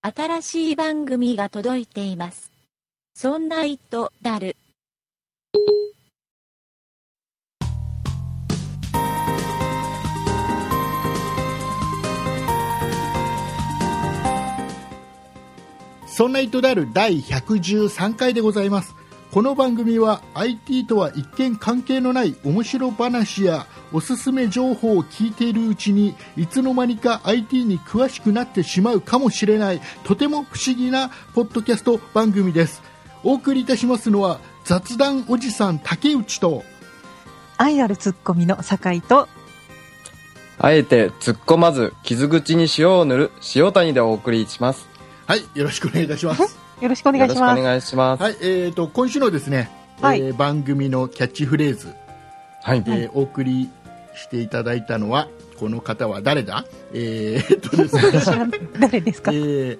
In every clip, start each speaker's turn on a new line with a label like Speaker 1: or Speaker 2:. Speaker 1: 新しい番組が届いています。そんな糸だる。
Speaker 2: そんな糸である第113回でございます。この番組は IT とは一見関係のない面白話やおすすめ情報を聞いているうちにいつの間にか IT に詳しくなってしまうかもしれないとても不思議なポッドキャスト番組です。お送りいたしますのは雑談おじさん竹内と
Speaker 3: 愛あるツッコミの酒井と、
Speaker 4: あえて突っ込まず傷口に塩を塗る塩谷でお送りします。
Speaker 2: はいよろしくお願いいたします。
Speaker 3: よろしくお願いし
Speaker 4: よろ
Speaker 3: ま
Speaker 4: しく
Speaker 3: す。
Speaker 4: お願いします。
Speaker 2: はい、えー、と今週のですね、
Speaker 3: はい
Speaker 2: えー番組のキャッチフレーズ、
Speaker 4: はい。
Speaker 2: えーお送りしていただいたのはこの方は誰だえー、っとですね、
Speaker 3: 知らん誰です
Speaker 2: え
Speaker 3: か
Speaker 2: ー、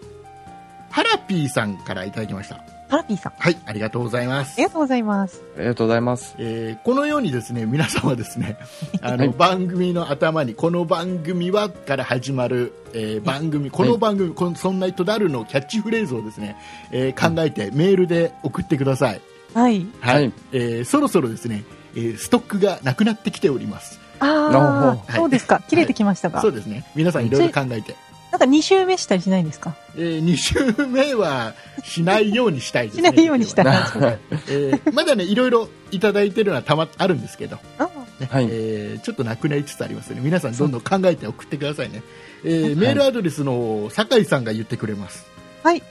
Speaker 2: ハラピーさんからいただきました
Speaker 3: ハラピーさん。あ
Speaker 2: はいありがとうございます
Speaker 3: りがとうございます。
Speaker 4: ありがとうございます。
Speaker 2: えーこのようにですね皆様ですねあの、
Speaker 4: はい
Speaker 2: 番組の頭にこの番組はから始まる、えー番組この番組、このそんな人だるのキャッチフレーズをですね、えー考えてメールで送ってください
Speaker 3: はい。
Speaker 2: はい、
Speaker 4: はい
Speaker 2: えーそろそろですね、えーストックがなくなってきております。
Speaker 4: なる
Speaker 3: あ
Speaker 4: ほ
Speaker 3: あ、
Speaker 2: ど
Speaker 3: そうですか。切れてきましたが。
Speaker 2: そうですね。皆さんいろいろ考えて、
Speaker 3: なんか2周目したりしないんですか
Speaker 2: え2週目はしないようにしたいです
Speaker 3: し
Speaker 2: ね。
Speaker 3: ないようにした
Speaker 2: は
Speaker 3: ら。
Speaker 4: は
Speaker 2: えーまだね、いろいろいただいてるのはたまあるんですけど、
Speaker 3: あ
Speaker 2: ね
Speaker 4: はい
Speaker 2: えーちょっとなくなりつつありますね。皆さんどんどん考えて送ってくださいね。えーメールアドレスの酒井さんが言ってくれます。
Speaker 3: はい。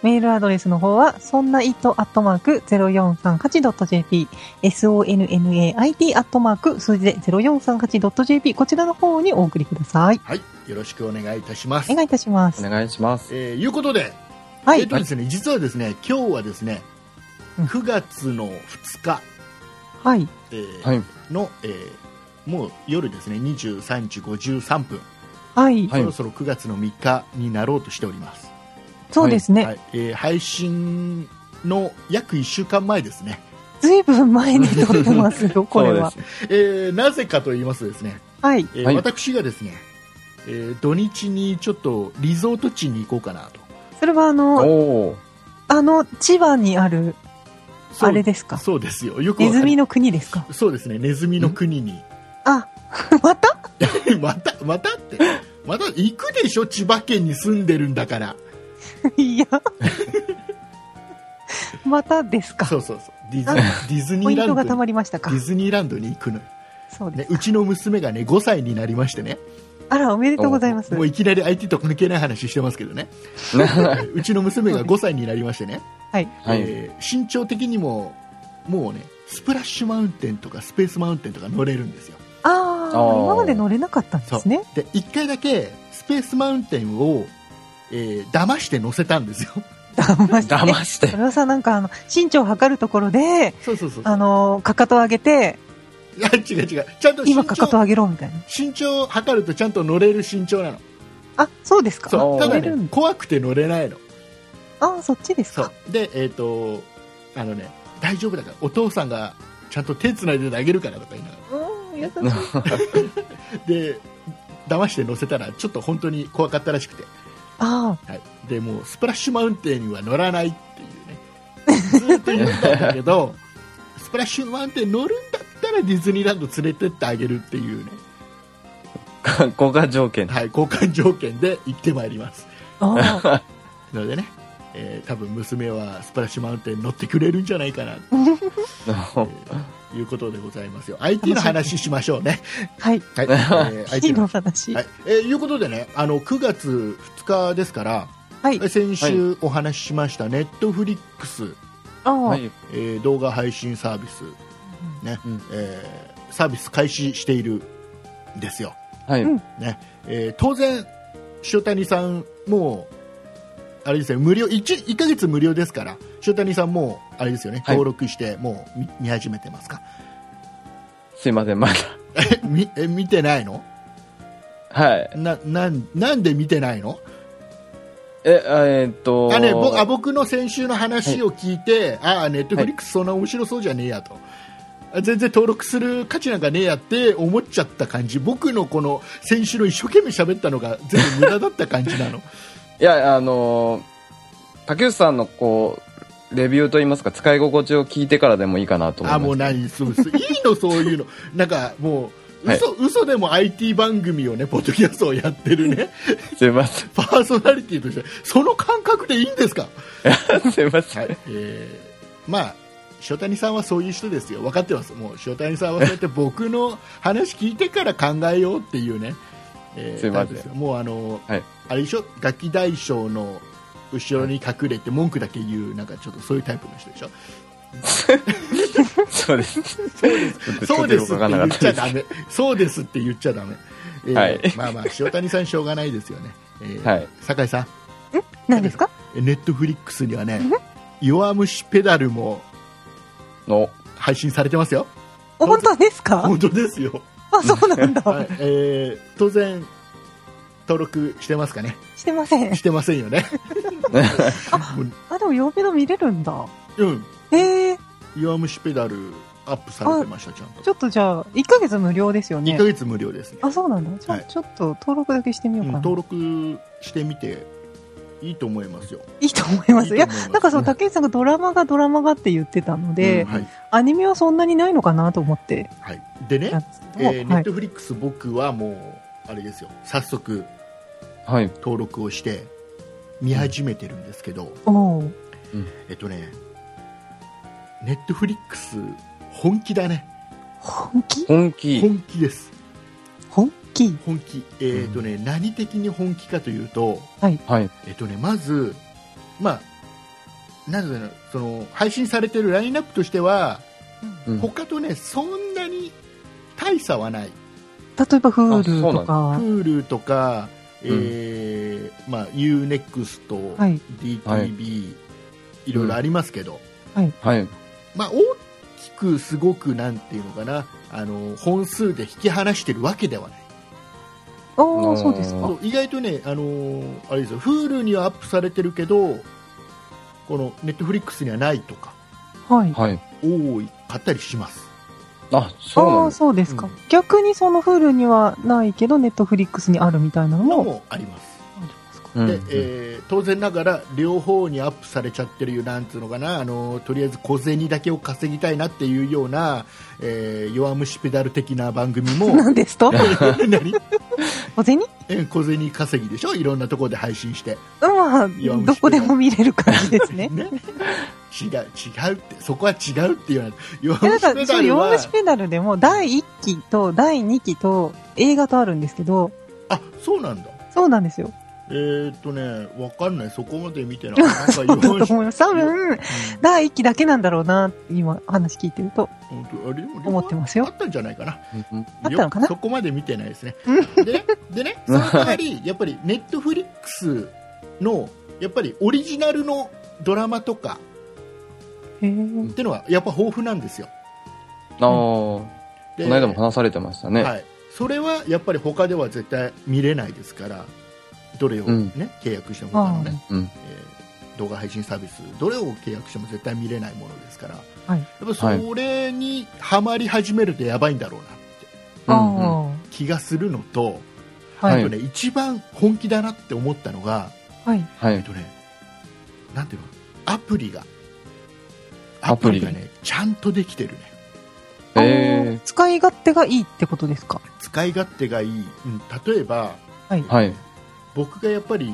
Speaker 3: メールアドレスの方は、そんな it アットマーク 0438.jp、sonnait アットマーク数字で 0438.jp、こちらの方にお送りください。
Speaker 2: はい。よろしくお願いいたします。
Speaker 3: お願いいたしま
Speaker 4: お
Speaker 3: す。
Speaker 4: 願いします。
Speaker 2: えーいうことで、
Speaker 3: は
Speaker 2: えっ
Speaker 3: い。
Speaker 2: とですね、実はですね、今日はですね、9月の2日、
Speaker 3: はい。
Speaker 2: えー
Speaker 4: はい。
Speaker 2: の、えーもう夜ですね23時53分、
Speaker 3: はい。
Speaker 4: はい
Speaker 2: そろそろ9月の3日になろうとしております、
Speaker 3: そうです ね。
Speaker 2: はいえー配信の約1週間前ですね、
Speaker 3: ずいぶん前に撮ってますよ、これは
Speaker 4: そ。うです。
Speaker 2: えーなぜかと言いますとですね、
Speaker 3: はい。
Speaker 2: えー
Speaker 4: はい
Speaker 2: 私がですね、えー土日にちょっとリゾート地に行こうかなと
Speaker 3: それはあ
Speaker 4: お
Speaker 3: の、
Speaker 4: おー。
Speaker 3: あの、千葉にある、
Speaker 2: そう
Speaker 3: あれですか。
Speaker 2: そうですよよくわ
Speaker 3: ネ
Speaker 2: か
Speaker 3: ズミの国ですか。
Speaker 2: そうですねネズミの国に
Speaker 3: あ、また
Speaker 2: またまたってまた行くでしょ千葉県に住んでるんだから
Speaker 3: いや。またですか。
Speaker 2: そうそうそうディズディズニ
Speaker 3: ポイ
Speaker 2: ー
Speaker 3: ン
Speaker 2: ランド
Speaker 3: トが
Speaker 2: に
Speaker 3: たまりましたか
Speaker 2: ディ。ズニーランドに行くのよ、
Speaker 3: そうで
Speaker 2: ね、
Speaker 3: す
Speaker 2: う
Speaker 3: か。
Speaker 2: ちの娘がね5歳になりましてね
Speaker 3: あら、おめでとうございま す
Speaker 2: も。ういきなり IT と関係ない話してますけど ねうちの娘が5歳になりましてね、
Speaker 3: はい。
Speaker 4: はい。
Speaker 2: えー身長的にももうねスプラッシュマウンテンとかスペースマウンテンとか乗れるんですよ
Speaker 3: ああ、
Speaker 4: ー
Speaker 3: 今まで乗れなかったんですね。
Speaker 2: で1回だけスペースマウンテンを、えー騙して乗せたんです よ
Speaker 3: 騙して。
Speaker 4: 騙して
Speaker 3: そ。れはさ、なんか、あの、身長を測るところで、
Speaker 2: そうそうそう
Speaker 3: あの、かかとを上げて、
Speaker 2: いや違う違うちゃんと身
Speaker 3: 今かかと
Speaker 2: 長
Speaker 3: 上げろ、みたいな。
Speaker 2: 身長を測るとちゃんと乗れる身長なの
Speaker 3: あ、そうですか。
Speaker 2: そう
Speaker 4: あー
Speaker 2: ただ
Speaker 3: 乗れるん
Speaker 2: ね怖くて乗れないの
Speaker 3: ああ、そっちです
Speaker 2: そ
Speaker 3: か
Speaker 2: う。でえっ、とあのね大丈夫だからお父さんがちゃんと手つないであげるからとか言いながら
Speaker 3: うん、優しい。
Speaker 2: で騙して乗せたらちょっと本当に怖かったらしくて、
Speaker 3: ああ、
Speaker 2: はい、でもうスプラッシュマウンテンには乗らないっていうねずっと言ってたんだけどスプラッシュマウンテン乗るんだったらディズニーランド連れてってあげるっていうね、
Speaker 4: ここが条件。
Speaker 2: はい、交換条件で行ってまいります
Speaker 3: あ あ
Speaker 2: のでね、えー多分娘はスプラッシュマウンテン乗ってくれるんじゃないかなということでございますよ IT の話しましょうね、
Speaker 3: はい。
Speaker 2: はいえー
Speaker 3: い
Speaker 2: IT
Speaker 3: い
Speaker 2: の
Speaker 3: の
Speaker 2: 話
Speaker 3: 話。
Speaker 2: はいえーいうことでねあの9月2日ですから
Speaker 3: はい。
Speaker 2: 先週お話ししましたネットフリックス、
Speaker 3: ああ、
Speaker 4: はい。
Speaker 2: えー動画配信サービス、ね
Speaker 4: うん
Speaker 2: えーサービス開始しているんですよ、
Speaker 4: はい。
Speaker 3: うん
Speaker 2: ねえー当然、塩谷さんもうあれですよ無料 1, 1ヶ月無料ですから塩谷さんもうあれですよね
Speaker 4: はい
Speaker 2: 登録してもう見,、見始めてますか
Speaker 4: すいません、まだ。
Speaker 2: えみえ見てないの
Speaker 4: はい。
Speaker 2: ななんなんで見てないの
Speaker 4: え、あえーっと。
Speaker 2: あ、ね、ぼあ僕の先週の話を聞いて、ああ、ネットフリックスそんな面白そうじゃねえやと、あ全然登録する価値なんかねえやって思っちゃった感じ、僕のこの先週の一生懸命喋ったのが全部無駄だった感じなの、
Speaker 4: いや、あのー竹内さんのこう、レビューといいますか、使い心地を聞いてからでもいいかなと思い
Speaker 2: あ
Speaker 4: ます。
Speaker 2: もう何 そうですいいのそう いうのなんかもう嘘、嘘でも IT 番組をねポッドキャストをやってるね
Speaker 4: すいませ
Speaker 2: パーソナリティとしてその感覚でいいんですか
Speaker 4: ん。すいません。
Speaker 2: はい、えーまあ塩谷さんはそういう人ですよ分かってますもう塩谷さんはそうやって僕の話聞いてから考えようっていうね、えー
Speaker 4: すいま
Speaker 2: タイ
Speaker 4: せん
Speaker 2: プですよもうあの、
Speaker 4: はい
Speaker 2: あれでしょ楽器大将の後ろに隠れて文句だけ言うなんかちょっとそういうタイプの人でしょ
Speaker 4: そうです。そう
Speaker 2: そう ですって言っちゃ
Speaker 4: です
Speaker 2: ダメそうですって言っちゃダメ、えー
Speaker 4: はい
Speaker 2: まあまあ塩谷さんしょうがないですよね、えー
Speaker 4: はい
Speaker 2: 酒井さん
Speaker 3: 何ですか
Speaker 2: ネットフリックスにはね弱虫ペダルも
Speaker 4: の、
Speaker 2: 配信されてますよ
Speaker 3: 本当ですか
Speaker 2: 本当ですよ
Speaker 3: あ、そうなんだ。
Speaker 2: はい、えー、当然登録してますかね
Speaker 3: してません
Speaker 2: し。てませんよね
Speaker 3: あ、でも曜日の見れるんだ。
Speaker 2: うん
Speaker 3: ええ
Speaker 2: 弱虫ペダルアップされてましたちゃんと
Speaker 3: ちょっとじゃあ、1ヶ月無料ですよ
Speaker 2: 2
Speaker 3: ね
Speaker 2: ヶ。月無料ですね、
Speaker 3: あ、そうなんだ。ちょ、
Speaker 2: はい
Speaker 3: ちょっと登録だけしてみ
Speaker 2: う、
Speaker 3: ようんかな。
Speaker 2: 登録してみていいと思いますよ
Speaker 3: いいと思います。いや、
Speaker 2: な
Speaker 3: なんかその竹内さんがドラマがドラマがって言ってたので、
Speaker 2: はい
Speaker 3: アニメはそんなにないのかなと思って
Speaker 2: はい、でね
Speaker 3: たんです
Speaker 2: え
Speaker 3: けど、
Speaker 2: ーネ
Speaker 3: は
Speaker 2: ッ
Speaker 3: い
Speaker 2: ト。フリックス僕はもうあれですよ早速
Speaker 4: はい。
Speaker 2: 登録をして見始めてるんですけど、
Speaker 3: おー
Speaker 2: えっとねネットフリックス本気だね
Speaker 3: 本気
Speaker 4: 本気。
Speaker 2: 本気です
Speaker 3: 本気
Speaker 2: 本気、えーとね何的に本気かというと,、
Speaker 4: はい。
Speaker 2: えーとね、まず、まあ、なんだろうその配信されてるラインナップとしては、
Speaker 4: うん
Speaker 2: 他とねそんなに大差はない、
Speaker 3: 例えば、フー
Speaker 4: あそう
Speaker 3: ル
Speaker 4: なんだ
Speaker 3: とか、
Speaker 2: Hulu とか、えーまあ、UNEXT、
Speaker 3: はい
Speaker 2: DTV、、
Speaker 4: はい
Speaker 2: ろいろありますけど、
Speaker 4: はい。
Speaker 2: まあ、大きくすごくなんていうのかなあの本数で引き離してるわけではない。
Speaker 3: ああ、そうです
Speaker 4: あ
Speaker 3: か。
Speaker 2: そう意外とね、あのーあれですよ、Hulu にはアップされてるけど、この Netflix にはないとか、
Speaker 3: はい。
Speaker 4: はい。
Speaker 2: 多い買ったりします。
Speaker 4: あ、そう
Speaker 3: あ
Speaker 4: な
Speaker 3: あ、
Speaker 4: んです。
Speaker 3: そうですか。
Speaker 2: うん
Speaker 3: 逆にそのフールにはないけど、ネットフリックスにあるみたいなの
Speaker 2: の
Speaker 3: も
Speaker 2: もあります。
Speaker 3: ありますか。
Speaker 4: うん
Speaker 2: で、えー当然ながら両方にアップされちゃってるいうなんつうのかな、あのーとりあえず小銭だけを稼ぎたいなっていうような、えー弱虫ペダル的な番組 も。
Speaker 3: 何ですと
Speaker 2: 何
Speaker 3: 小銭
Speaker 2: え小銭稼ぎでしょいろんなところで配信して、
Speaker 3: まあ
Speaker 2: や、
Speaker 3: どこでも見れる感じで すね。
Speaker 2: ね違う違うってそこは違うっていうのは弱
Speaker 3: いや、だ
Speaker 2: 虫ペ
Speaker 3: から、そ
Speaker 2: ダ
Speaker 3: う、
Speaker 2: ル
Speaker 3: 弱
Speaker 2: は
Speaker 3: 虫ペダルでも、第1期と第2期と映画とあるんですけど、
Speaker 2: あそうなんだ
Speaker 3: そうなんですよ。
Speaker 2: えー、っとね、わかんない、そこまで見てない。なんか
Speaker 3: そうだと
Speaker 2: 弱虫
Speaker 3: 思います。多分、
Speaker 2: うん
Speaker 3: 第1期だけなんだろうな、今、話聞いてると。
Speaker 2: 本当あれでも
Speaker 3: 思ってますよ
Speaker 2: あったんじゃないかな。
Speaker 4: うん
Speaker 3: あったのかな
Speaker 2: よそこまで見てないですね。でね、でね、その代わり、やっぱりネットフリックスの、やっぱりオリジナルのドラマとか
Speaker 3: へえ。
Speaker 2: っていうのは、やっぱ豊富なんですよ。
Speaker 4: ああ、こ
Speaker 2: で
Speaker 4: の間も話されてましたね。
Speaker 2: はい。それはやっぱり他では絶対見れないですから、どれをね、
Speaker 4: うん
Speaker 2: 契約しても他のね、
Speaker 4: うん。
Speaker 2: えー動画配信サービスどれを契約しても絶対見れないものですから、
Speaker 3: はい
Speaker 2: やっぱそれにはまり始めるとやばいんだろうなって
Speaker 4: う
Speaker 3: あ
Speaker 4: んうん
Speaker 3: あ。
Speaker 2: 気がするのと、
Speaker 3: は
Speaker 2: あ
Speaker 3: い。
Speaker 2: とね、一番本気だなって思ったのが、
Speaker 3: はい。
Speaker 4: は
Speaker 2: えっ
Speaker 4: い。
Speaker 2: とね、なんていうのアプリがア
Speaker 4: ア
Speaker 2: プ
Speaker 4: プ
Speaker 2: リ
Speaker 4: リ
Speaker 2: がねちゃんとできてるね
Speaker 3: あ
Speaker 4: え
Speaker 3: ー使い勝手がいいってことですか
Speaker 2: 使い勝手がいい、うん、例えば
Speaker 3: はい
Speaker 4: え。。はい。
Speaker 2: 僕がやっぱり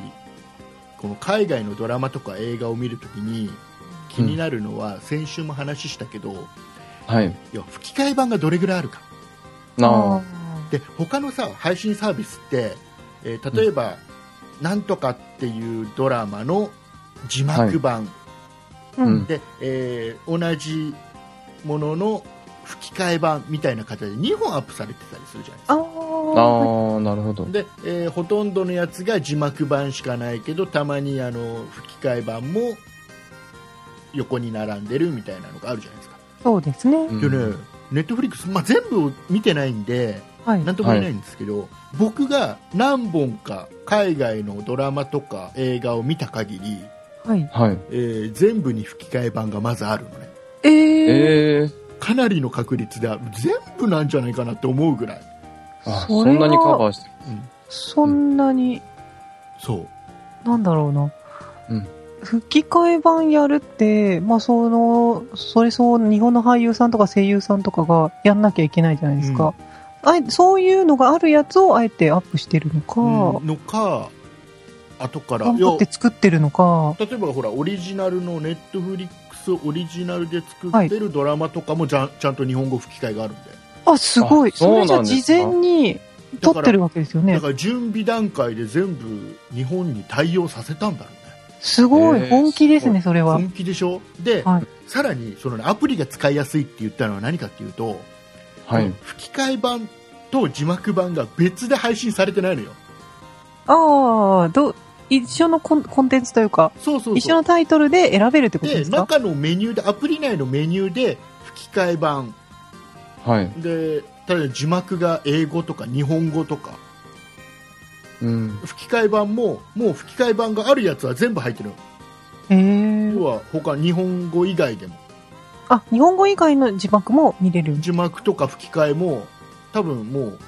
Speaker 2: この海外のドラマとか映画を見るときに気になるのは、先週も話したけど、
Speaker 4: はい。
Speaker 2: 要は吹き替え版がどれぐらいあるか
Speaker 4: な
Speaker 2: で他のさ配信サービスって、えー例えば、なんとかっていうドラマの字幕版
Speaker 3: あ。う
Speaker 4: うんん。
Speaker 2: で、えー同じものの吹き替え版みたいな形で2本アップされてたりするじゃないです
Speaker 3: あ
Speaker 2: か。
Speaker 3: あ。
Speaker 4: あ。ああ、なるほど。
Speaker 2: でえーほとんどのやつが字幕版しかないけどたまにあの吹き替え版も横に並んでるみたいなのがあるじゃないですか、
Speaker 3: そうですね。
Speaker 4: うん
Speaker 2: でねネットフリックス、まあ、全部を見てないんで、
Speaker 3: はい。
Speaker 2: なんとも言えないんですけど、僕が何本か海外のドラマとか映画を見た限り、
Speaker 3: はい。
Speaker 4: はい。
Speaker 2: えー全部に吹き替え版がまずあるのね
Speaker 3: えー。
Speaker 4: ええ。
Speaker 2: かなりの確率である全部なんじゃないかなって思うぐらい
Speaker 4: あ、
Speaker 3: そ
Speaker 4: そ
Speaker 3: れは
Speaker 4: んなにカバーしてる。
Speaker 3: そんなに。
Speaker 2: そう
Speaker 3: なんだろうな。
Speaker 4: うん
Speaker 3: 吹き替え版やるって、まあ、その、それそう、日本の俳優さんとか声優さんとかがやんなきゃいけないじゃないですか。あえそういうのがあるやつをあえてアップしてるのか、
Speaker 2: うんのか後から
Speaker 3: 頑
Speaker 2: いや
Speaker 3: 張って作ってるのか、
Speaker 2: 例えばほらオリジナルのネットフリックスオリジナルで作ってるドラマとかもじゃん、ちゃんと日本語吹き替えがあるんで
Speaker 3: あ、すごい。
Speaker 4: あ
Speaker 3: それじ
Speaker 4: そうな
Speaker 3: ゃ
Speaker 4: んですか
Speaker 3: 事前に撮ってるわけですよね
Speaker 2: だ。から準備段階で全部日本に対応させたんだろうね
Speaker 3: すごい、
Speaker 4: えー
Speaker 3: 本気ですね、それは。
Speaker 2: 本気でしょで、
Speaker 3: はい
Speaker 2: さらにその、ね、アプリが使いやすいって言ったのは何かっていうと、
Speaker 4: はい。
Speaker 2: 吹き替え版と字幕版が別で配信されてないのよ
Speaker 3: ああ、どう、一緒のコンコンテンツというか、
Speaker 2: そうそうそう
Speaker 3: 一緒のタイトルで選べるってことで
Speaker 2: です
Speaker 3: か
Speaker 2: 中のメニューでアプリ内のメニューで吹き替え版
Speaker 4: はい。
Speaker 2: で例えば字幕が英語とか日本語とか
Speaker 4: うん。
Speaker 2: 吹き替え版ももう吹き替え版があるやつは全部入ってるの
Speaker 3: ええ
Speaker 2: 要は他日本語以外でも
Speaker 3: あ、日本語以外の字幕も見れる。
Speaker 2: 字幕とか吹き替えも多分もう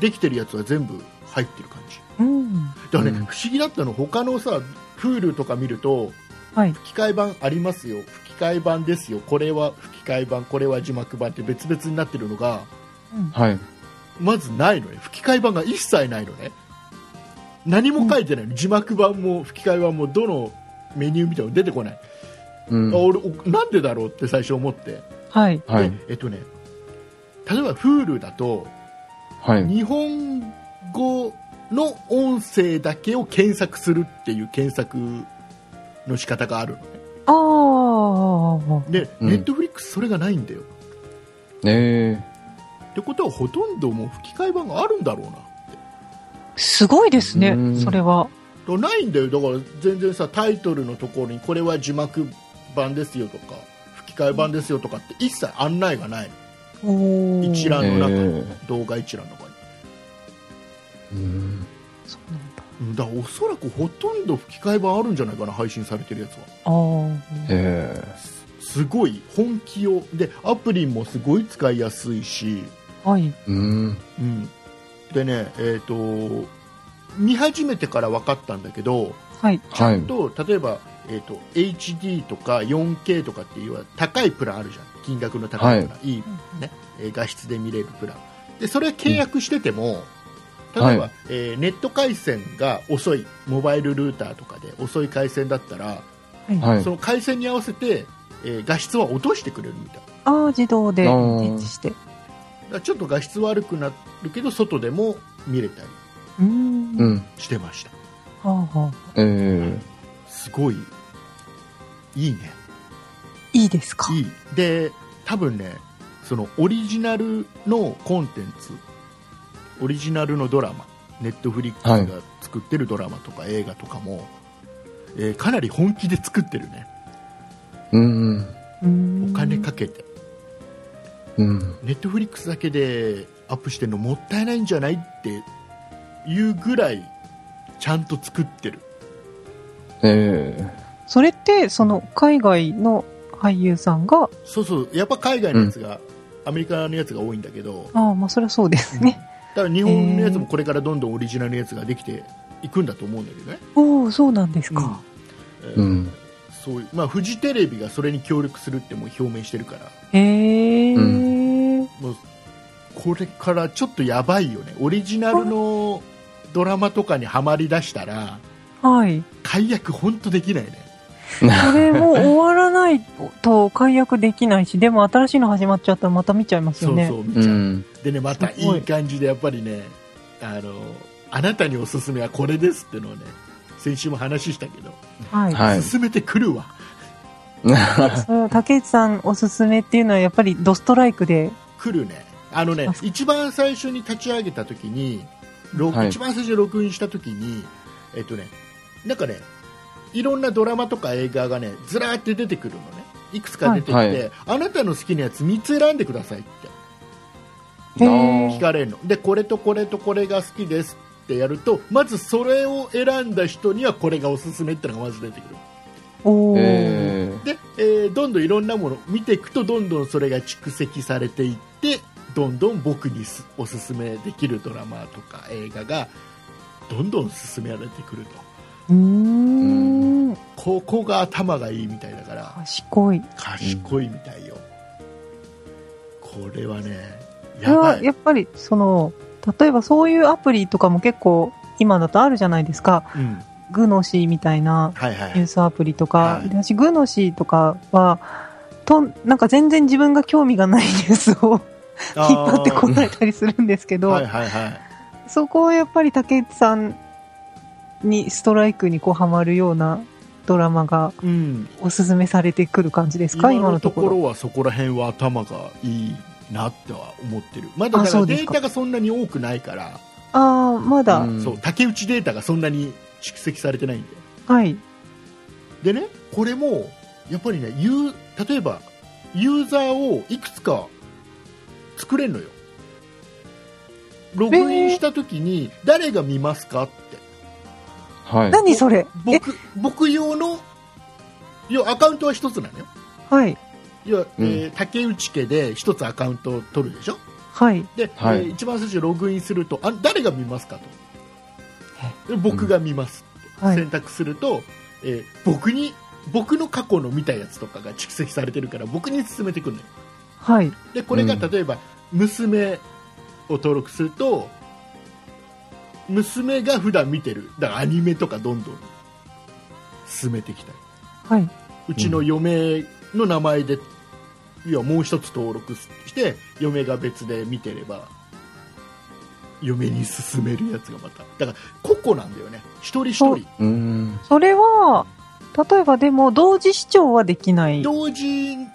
Speaker 2: できてるやつは全部入ってる感じ
Speaker 3: うん。
Speaker 2: だからね、
Speaker 4: うん
Speaker 2: 不思議だったの他のさ Hulu とか見ると
Speaker 3: はい。
Speaker 2: 吹き替え版ありますよ吹き替え版ですよこれは吹き替え版これは字幕版って別々になってるのが
Speaker 4: はい。
Speaker 2: まずないのね吹き替え版が一切ないのね何も書いてないの、字幕版も吹き替え版もどのメニューみたいなの出てこない、
Speaker 4: うん
Speaker 2: あ。俺おなんでだろうって最初思って、
Speaker 3: はい。
Speaker 4: はい
Speaker 2: で。えっとね例えば Hulu だと
Speaker 4: はい。
Speaker 2: 日本語の音声だけを検索するっていう検索の仕方があるのね
Speaker 3: ああ。
Speaker 2: で、
Speaker 4: うん
Speaker 2: Netflix それがないんだよ
Speaker 4: ね
Speaker 2: ってことはほとんどもう吹き替え版があるんだろうなだか
Speaker 3: すごいです
Speaker 4: う
Speaker 3: ね、
Speaker 4: ん
Speaker 3: それは。
Speaker 2: らないんだよだから全然さタイトルのところにこれは字幕版ですよとか吹き替え版ですよとかって一切案内がない
Speaker 3: おー
Speaker 2: 一覧
Speaker 4: え。
Speaker 2: の中に、
Speaker 4: え
Speaker 2: 動画一覧の中に
Speaker 4: え。うん
Speaker 3: そうなんだ。
Speaker 2: うんだからおそらくほとんど吹き替え版あるんじゃないかな配信されてるやつは
Speaker 3: あー
Speaker 4: え
Speaker 2: すごい本気をでアプリもすごい使いやすいし、
Speaker 3: はい。
Speaker 4: え。うん。
Speaker 2: うん、でねえっ、と見始めてから分かったんだけど、
Speaker 3: はい。
Speaker 2: ちゃ
Speaker 4: はい
Speaker 2: ん。と例えば、えー、と HD とか 4K とかっていう高いプランあるじゃん金額の高いプラン、い、い、ねえー画質で見れるプランでそれ契約してても、
Speaker 4: うん
Speaker 2: 例えば、
Speaker 4: は
Speaker 2: えーネット回線が遅いモバイルルーターとかで遅い回線だったら、
Speaker 3: はい。
Speaker 4: はい
Speaker 2: そ。の回線に合わせて、えー画質は落としてくれるみたい
Speaker 3: ああ、自動で
Speaker 4: あー
Speaker 3: 設置して。
Speaker 2: だからちょっと画質悪くなるけど外でも見れたり
Speaker 3: うーん。
Speaker 4: う
Speaker 3: は
Speaker 4: ん。
Speaker 2: してました
Speaker 3: あはあ。
Speaker 4: ええ。
Speaker 2: すごいいいね
Speaker 3: いいですか
Speaker 2: いいで多分ねそのオリジナルのコンテンツオリジナルのドラマネットフリックス
Speaker 4: はい
Speaker 2: が作ってるドラマとか映画とかも、えーかなり本気で作ってるね
Speaker 4: うん。
Speaker 2: お
Speaker 3: お
Speaker 2: 金かけて
Speaker 4: うん。
Speaker 2: ネットフリックスだけでアップしてるのもったいないんじゃないっていうぐらいちゃんと作ってる
Speaker 4: ええ。
Speaker 3: それって、その、海外の俳優さんが、
Speaker 2: そうそうやっぱ海外のやつが、アメリカのやつが多いんだけど
Speaker 3: ああ、まあ、それはそうですね。
Speaker 2: だから日本のやつもこれからどんどんオリジナルのやつができていくんだと思うんだけどね
Speaker 3: おおそうなんですか。
Speaker 2: えー
Speaker 4: うん。
Speaker 2: そういうまあ、フジテレビがそれに協力するってもう表明してるから
Speaker 3: へえ。
Speaker 4: う
Speaker 2: もうこれからちょっとやばいよねオリジナルのドラマとかにはまりだしたら
Speaker 3: はい。
Speaker 2: 解約本当できないね
Speaker 3: これも終わらないと解約できないし、でも新しいの始まっちゃったらまた見ちゃいます
Speaker 2: そ
Speaker 3: よ
Speaker 2: う
Speaker 3: ね。
Speaker 2: そう、み
Speaker 4: う
Speaker 2: ちゃん、
Speaker 4: ん。
Speaker 2: でねまた
Speaker 3: すごい
Speaker 2: いい感じでやっぱりねあのあなたにおすすめはこれですってのをね先週も話したけど、
Speaker 3: はい。
Speaker 4: はい。
Speaker 2: 進めてくるわ
Speaker 3: そう竹内さんおすすめっていうのはやっぱりドストライクで、
Speaker 2: 来るねあのね
Speaker 3: あ
Speaker 2: 一番最初に立ち上げた時に、ろ
Speaker 4: はい
Speaker 2: 一番最初に録音した時にえっとねなんかねいろんなドラマとか映画がねずらーって出てくるのねいくつか出てきて、
Speaker 4: はいは
Speaker 2: あなたの好きなやつ3つ選んでくださいって
Speaker 3: え
Speaker 2: 聞
Speaker 3: ー
Speaker 2: かれるのでこれとこれとこれが好きですってやるとまずそれを選んだ人にはこれがおすすめってのがまず出てくる
Speaker 3: おー
Speaker 4: ええ。
Speaker 2: で、えーどんどんいろんなもの見ていくとどんどんそれが蓄積されていってどんどん僕にすおすすめできるドラマとか映画がどんどん進められてくると
Speaker 3: うーん。
Speaker 2: ここが頭がいいみたいだから
Speaker 3: 賢い。
Speaker 2: 賢いみたいよ、これはね
Speaker 3: それ
Speaker 2: やば
Speaker 3: はいやっぱり、その、例えばそういうアプリとかも結構今だとあるじゃないですか。
Speaker 2: うん、
Speaker 3: グノシーみたいな
Speaker 2: はいは
Speaker 3: ニュー
Speaker 2: い
Speaker 3: スアプリとか
Speaker 2: は。い
Speaker 3: で私、グノシーとかは、とん、なんか全然自分が興味がないニュースを引っ張ってこられたりするんですけ
Speaker 2: あー
Speaker 3: ど、
Speaker 2: はいはいはい
Speaker 3: そこをやっぱり竹内さんにストライクにこうハマるようなドラマが
Speaker 2: うん
Speaker 3: おすすめされてくる感じですか今
Speaker 2: 今
Speaker 3: の
Speaker 2: の
Speaker 3: と
Speaker 2: と
Speaker 3: こ
Speaker 2: こ
Speaker 3: ろ。
Speaker 2: ろはそこら辺は頭がいいなっては思ってるまだだ
Speaker 3: あそ
Speaker 2: から
Speaker 3: うで
Speaker 2: デ
Speaker 3: す
Speaker 2: ー
Speaker 3: か
Speaker 2: タがそんなに多くないから
Speaker 3: ああ、まだ、
Speaker 4: うん
Speaker 2: そう竹内データがそんなに蓄積されてないんで
Speaker 3: はい。
Speaker 2: でねこれもやっぱりねユー例えばユーザーをいくつか作れるのよログインした時に誰が見ますかって
Speaker 4: はい。
Speaker 3: 何それえ、
Speaker 2: 僕僕用の要はアカウントは一つなのよ
Speaker 3: はい。
Speaker 2: 要は、えー
Speaker 4: う
Speaker 2: 竹内家で一つアカウントを取るでしょ
Speaker 3: はい。
Speaker 2: で、
Speaker 4: は
Speaker 2: え
Speaker 4: い
Speaker 2: ー一番最初にログインするとあ誰が見ますかとで僕が見ますって、
Speaker 3: はい
Speaker 2: 選択すると、えー僕に僕の過去の見たやつとかが蓄積されてるから僕に進めてくるのよ
Speaker 3: はい。
Speaker 2: でこれが
Speaker 4: うん
Speaker 2: 例えば、娘を登録すると娘が普段見てるだからアニメとかどんどん進めてきたり
Speaker 3: はい。
Speaker 2: うちの嫁の名前で、要はもう一つ登録して嫁が別で見てれば嫁に勧めるやつがまただから個々なんだよね一人一
Speaker 3: そ
Speaker 2: 人
Speaker 4: うーん。
Speaker 3: それは、例えばでも、同時視聴はできない。
Speaker 2: 同時に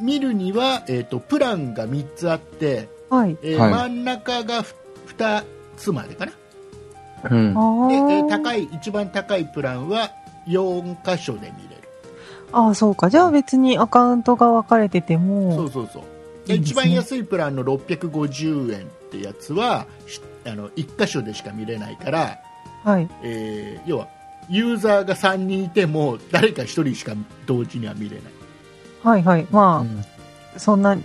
Speaker 2: 見るには、えー、とプランが3つあって、
Speaker 3: はい。
Speaker 2: えー
Speaker 4: はい
Speaker 2: 真ん中が2つまでかな
Speaker 4: うん
Speaker 3: あ。
Speaker 2: で、えー
Speaker 3: ー
Speaker 2: 高い一番高いプランは4箇所で見れる
Speaker 3: あー、そうか。じゃあ別にアカウントが分かれてて
Speaker 2: そ
Speaker 3: も、
Speaker 2: うそうそうで
Speaker 3: いいですね
Speaker 2: 一番安いプランの650円ってやつはしあの1箇所でしか見れないから、
Speaker 3: はい。
Speaker 2: えー要はユーザーが3人いても誰か1人しか同時には見れない
Speaker 3: はいはい。
Speaker 4: う
Speaker 3: ま
Speaker 4: ん
Speaker 3: あ、そんな、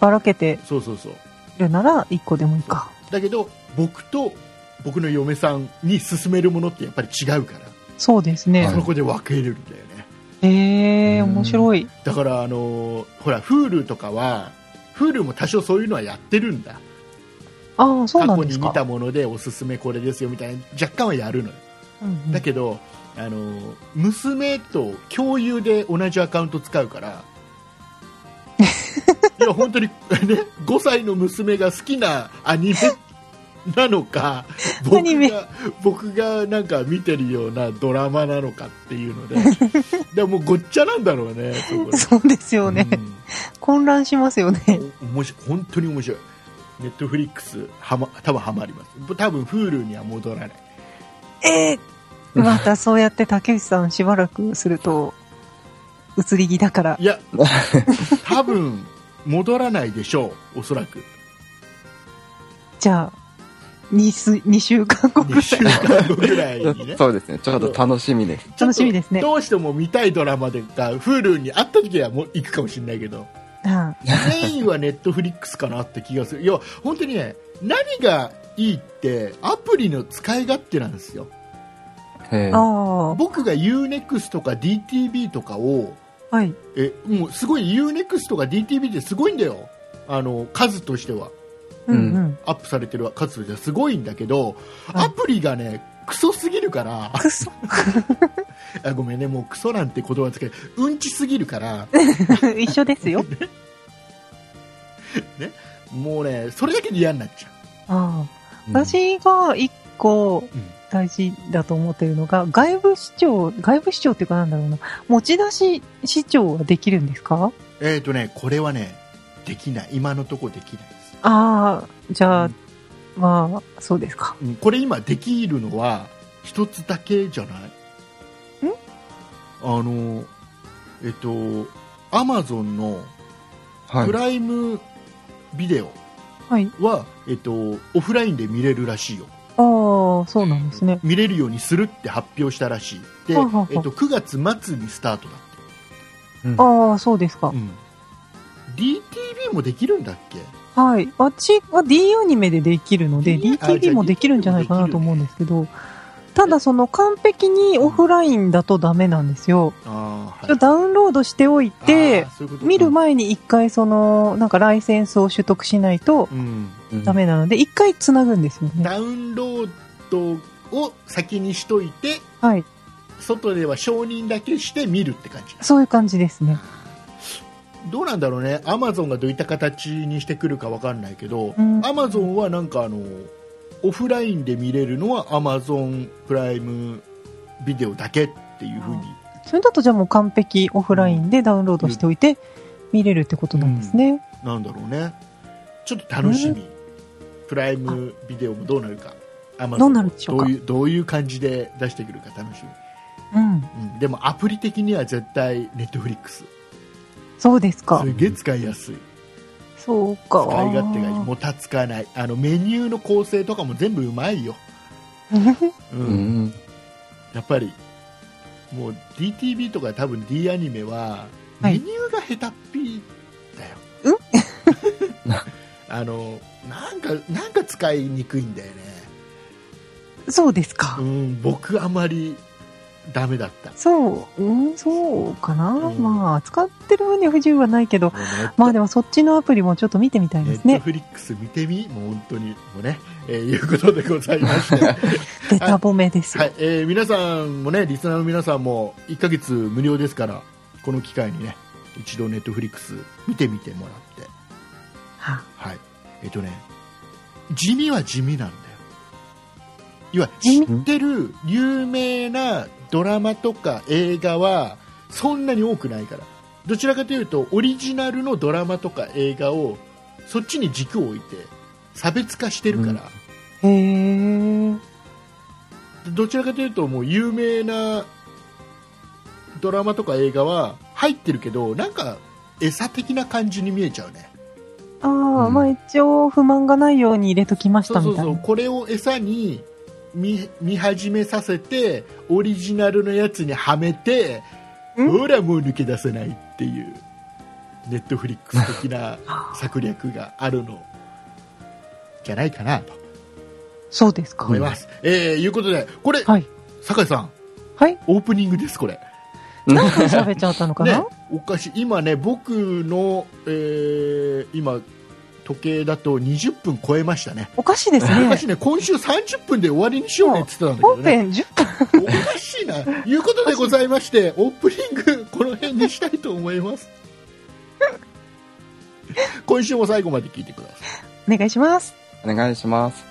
Speaker 3: ばらけて
Speaker 2: そうそうそう
Speaker 3: るなら、一個でもいいか。
Speaker 2: だけど僕と僕の嫁さんに勧めるものってやっぱり違うから、
Speaker 3: そうですね。
Speaker 4: はい
Speaker 2: そこで分けれるんだよね
Speaker 3: ええー、面白い。
Speaker 2: だからあのーほら Hulu とかは Hulu も多少そういうのはやってるんだ
Speaker 3: ああ、そ
Speaker 2: 過
Speaker 3: うなん
Speaker 2: 去
Speaker 3: で
Speaker 2: に
Speaker 3: す
Speaker 2: 見
Speaker 3: か。
Speaker 2: たものでおすすめこれですよみたいな若干はやるのよ
Speaker 3: うんうん
Speaker 2: だけど、あの娘と共有で同じアカウント使うから いや本当に、ね、5歳の娘が好きなアニメ なのか
Speaker 3: ア
Speaker 2: 僕
Speaker 3: ニメ
Speaker 2: が僕がなんか見てるようなドラマなのかっていうの ででももうごっちゃなんだろうねそこで
Speaker 3: そうですよね。混乱しますよね。
Speaker 2: うんお面白い本当に面白いネットフリックスはま多分ハマります多分 Hulu には戻らない
Speaker 3: ええー、またそうやって竹内さんしばらくすると、移り気だから。
Speaker 2: いや、多分戻らないでしょう、おそらく。
Speaker 3: じゃあ、2, す二週間後くら
Speaker 2: 2
Speaker 3: い。
Speaker 2: 週間後ぐらいにね。
Speaker 4: そうですね。ちょっと楽しみです。
Speaker 3: 楽しみですね
Speaker 2: ちょっとどうしても見たいドラマでか、Hulu にあった時はもう行くかもしれないけど、
Speaker 3: は
Speaker 2: メインは Netflix かなって気がする。いや、本当にね、何がいいって、アプリの使い勝手なんですよ。
Speaker 4: へ
Speaker 3: い
Speaker 4: え
Speaker 3: あ。あ、
Speaker 2: 僕が Unext とか DTV とかを、
Speaker 3: はい。
Speaker 2: え、もうすごい Unext とか DTV ってすごいんだよ。あの、数としては。
Speaker 3: うんうん。
Speaker 2: アップされてる数じゃすごいんだけど、
Speaker 3: はい
Speaker 2: アプリがねクソすぎるから
Speaker 3: くそ。
Speaker 2: あごめんねもうクソなんて言葉つけないうんちすぎるから
Speaker 3: 一緒ですよ。
Speaker 2: もうねそれだけで嫌になっちゃ
Speaker 3: ああ。私が一個
Speaker 2: うん
Speaker 3: 大事だと思ってるのが、外部視聴、外部視聴っていうかなんだろうな。持ち出し視聴はできるんですか
Speaker 2: うえっ、ー、とねこれはねできない今のとこできないです、
Speaker 3: ああ、じゃあ、
Speaker 2: うん
Speaker 3: まあ、そうですか。
Speaker 2: うんこれ今できるのは一つだけじゃない
Speaker 3: ん
Speaker 2: あのえっ、とアマゾンの
Speaker 4: はい
Speaker 2: プ。ライムビデオ
Speaker 3: はい。
Speaker 2: は、えっと、オフラインで見れるらしいよ
Speaker 3: ああ、そうなんですね。
Speaker 2: 見れるようにするって発表したらしいで、
Speaker 3: はあはあ
Speaker 2: えっと、9月末にスタートだって、
Speaker 4: うん
Speaker 3: ああ、そうですか。
Speaker 2: DTV もできるんだっけ
Speaker 3: はい。あっちは D アニメでできるので、
Speaker 2: D あ
Speaker 3: DTV もできるんじゃないかな
Speaker 2: じゃあ
Speaker 3: と思うんですけど、ただその完璧にオフラインだとダメなんですよ。
Speaker 2: あー、
Speaker 3: ちょダウンロードしておいて
Speaker 2: あー、そういうこと
Speaker 3: 見る前に一回その、なんかライセンスを取得しないと
Speaker 2: うん、
Speaker 3: ダメなので、一回繋ぐんですよね。
Speaker 2: ダウンロードを先にしといて
Speaker 3: はい。
Speaker 2: 外では承認だけして見るって感じ
Speaker 3: そういう感じですね。
Speaker 2: どうなんだろうねアマゾンがどういった形にしてくるかわかんないけど
Speaker 3: うん
Speaker 2: アマゾンはなんかあのオフラインで見れるのはアマゾンプライムビデオだけっていうふうに
Speaker 3: それだとじゃあもう完璧オフラインでダウンロードしておいて見れるってことなんですね。
Speaker 2: なんだろうねちょっと楽しみ、プライムビデオもどうなるかアマ
Speaker 3: どうなるでしょうか
Speaker 2: どういうどういう感じで出してくるか楽し
Speaker 3: う
Speaker 2: み、
Speaker 3: ん。
Speaker 2: うん、でもアプリ的には絶対ネットフリックス
Speaker 3: そうですか。
Speaker 2: すげえ使いやすい
Speaker 3: そうか。
Speaker 2: 使い勝手がいいもたつかないあのメニューの構成とかも全部うまいよ、う
Speaker 4: うんん。
Speaker 2: やっぱりもう DTV とか多分 D アニメは
Speaker 3: は
Speaker 2: メ
Speaker 3: い
Speaker 2: ニューが下手っぴだよ、 あのなんかなんか使いにくいんだよね
Speaker 3: そうですか。
Speaker 2: うん、僕あまりダメだった。
Speaker 3: そう、うん、そうかな。
Speaker 2: うん
Speaker 3: まあ、使ってる分には不自由はないけど、まあでもそっちのアプリもちょっと見てみたい
Speaker 2: ネ
Speaker 3: です
Speaker 2: ット
Speaker 3: ね。
Speaker 2: フリックス見てみ、もう本当に、もうね、えーいうことでございま して、は
Speaker 3: べた褒めです。
Speaker 2: いえー皆さんもね、リスナーの皆さんも、1ヶ月無料ですから、この機会にね、一度ネットフリックス見てみてもらって、
Speaker 3: は
Speaker 2: はい、えっ、とね、地味は地味なんだよ。要は、
Speaker 3: 地
Speaker 2: 知
Speaker 3: 味
Speaker 2: ってる有名なドラマとか映画は、そんなに多くないから。どちらかというと、オリジナルのドラマとか映画を、そっちに軸を置いて、差別化してるから、
Speaker 3: へえ。
Speaker 2: どちらかというと、もう有名なドラマとか映画は入ってるけど、なんか、餌的な感じに見えちゃうね。
Speaker 3: ああ、
Speaker 4: うん
Speaker 3: まあ一応不満がないように入れときまし
Speaker 2: そ
Speaker 3: た
Speaker 2: うそ
Speaker 3: み
Speaker 2: う
Speaker 3: たいな。
Speaker 2: そうこれを餌に見見始めさせてオリジナルのやつにはめて
Speaker 3: ん
Speaker 2: ほらもう抜け出せないっていうネットフリックス的 な策略があるのじゃないかなと
Speaker 3: そうですか。
Speaker 2: 思います、えーいうことでこれ、
Speaker 3: はい。
Speaker 2: 酒井さん
Speaker 3: はい。
Speaker 2: オープニングですこれ
Speaker 3: 何分喋っちゃったのかな、
Speaker 2: ね、おかしい今ね僕の、えー今時計だと20分超えましたね
Speaker 3: おかしいで す
Speaker 2: おか
Speaker 3: ね
Speaker 2: し。いね今週30分で終わりにしようねって言ってたんだけど
Speaker 3: 本
Speaker 2: ね
Speaker 3: 編10分。
Speaker 2: おかしいな。いうことでございまして、オープニング、この辺にしたいと思います。今週も最後まで聞いてください。
Speaker 3: お願いします。
Speaker 4: お願いします。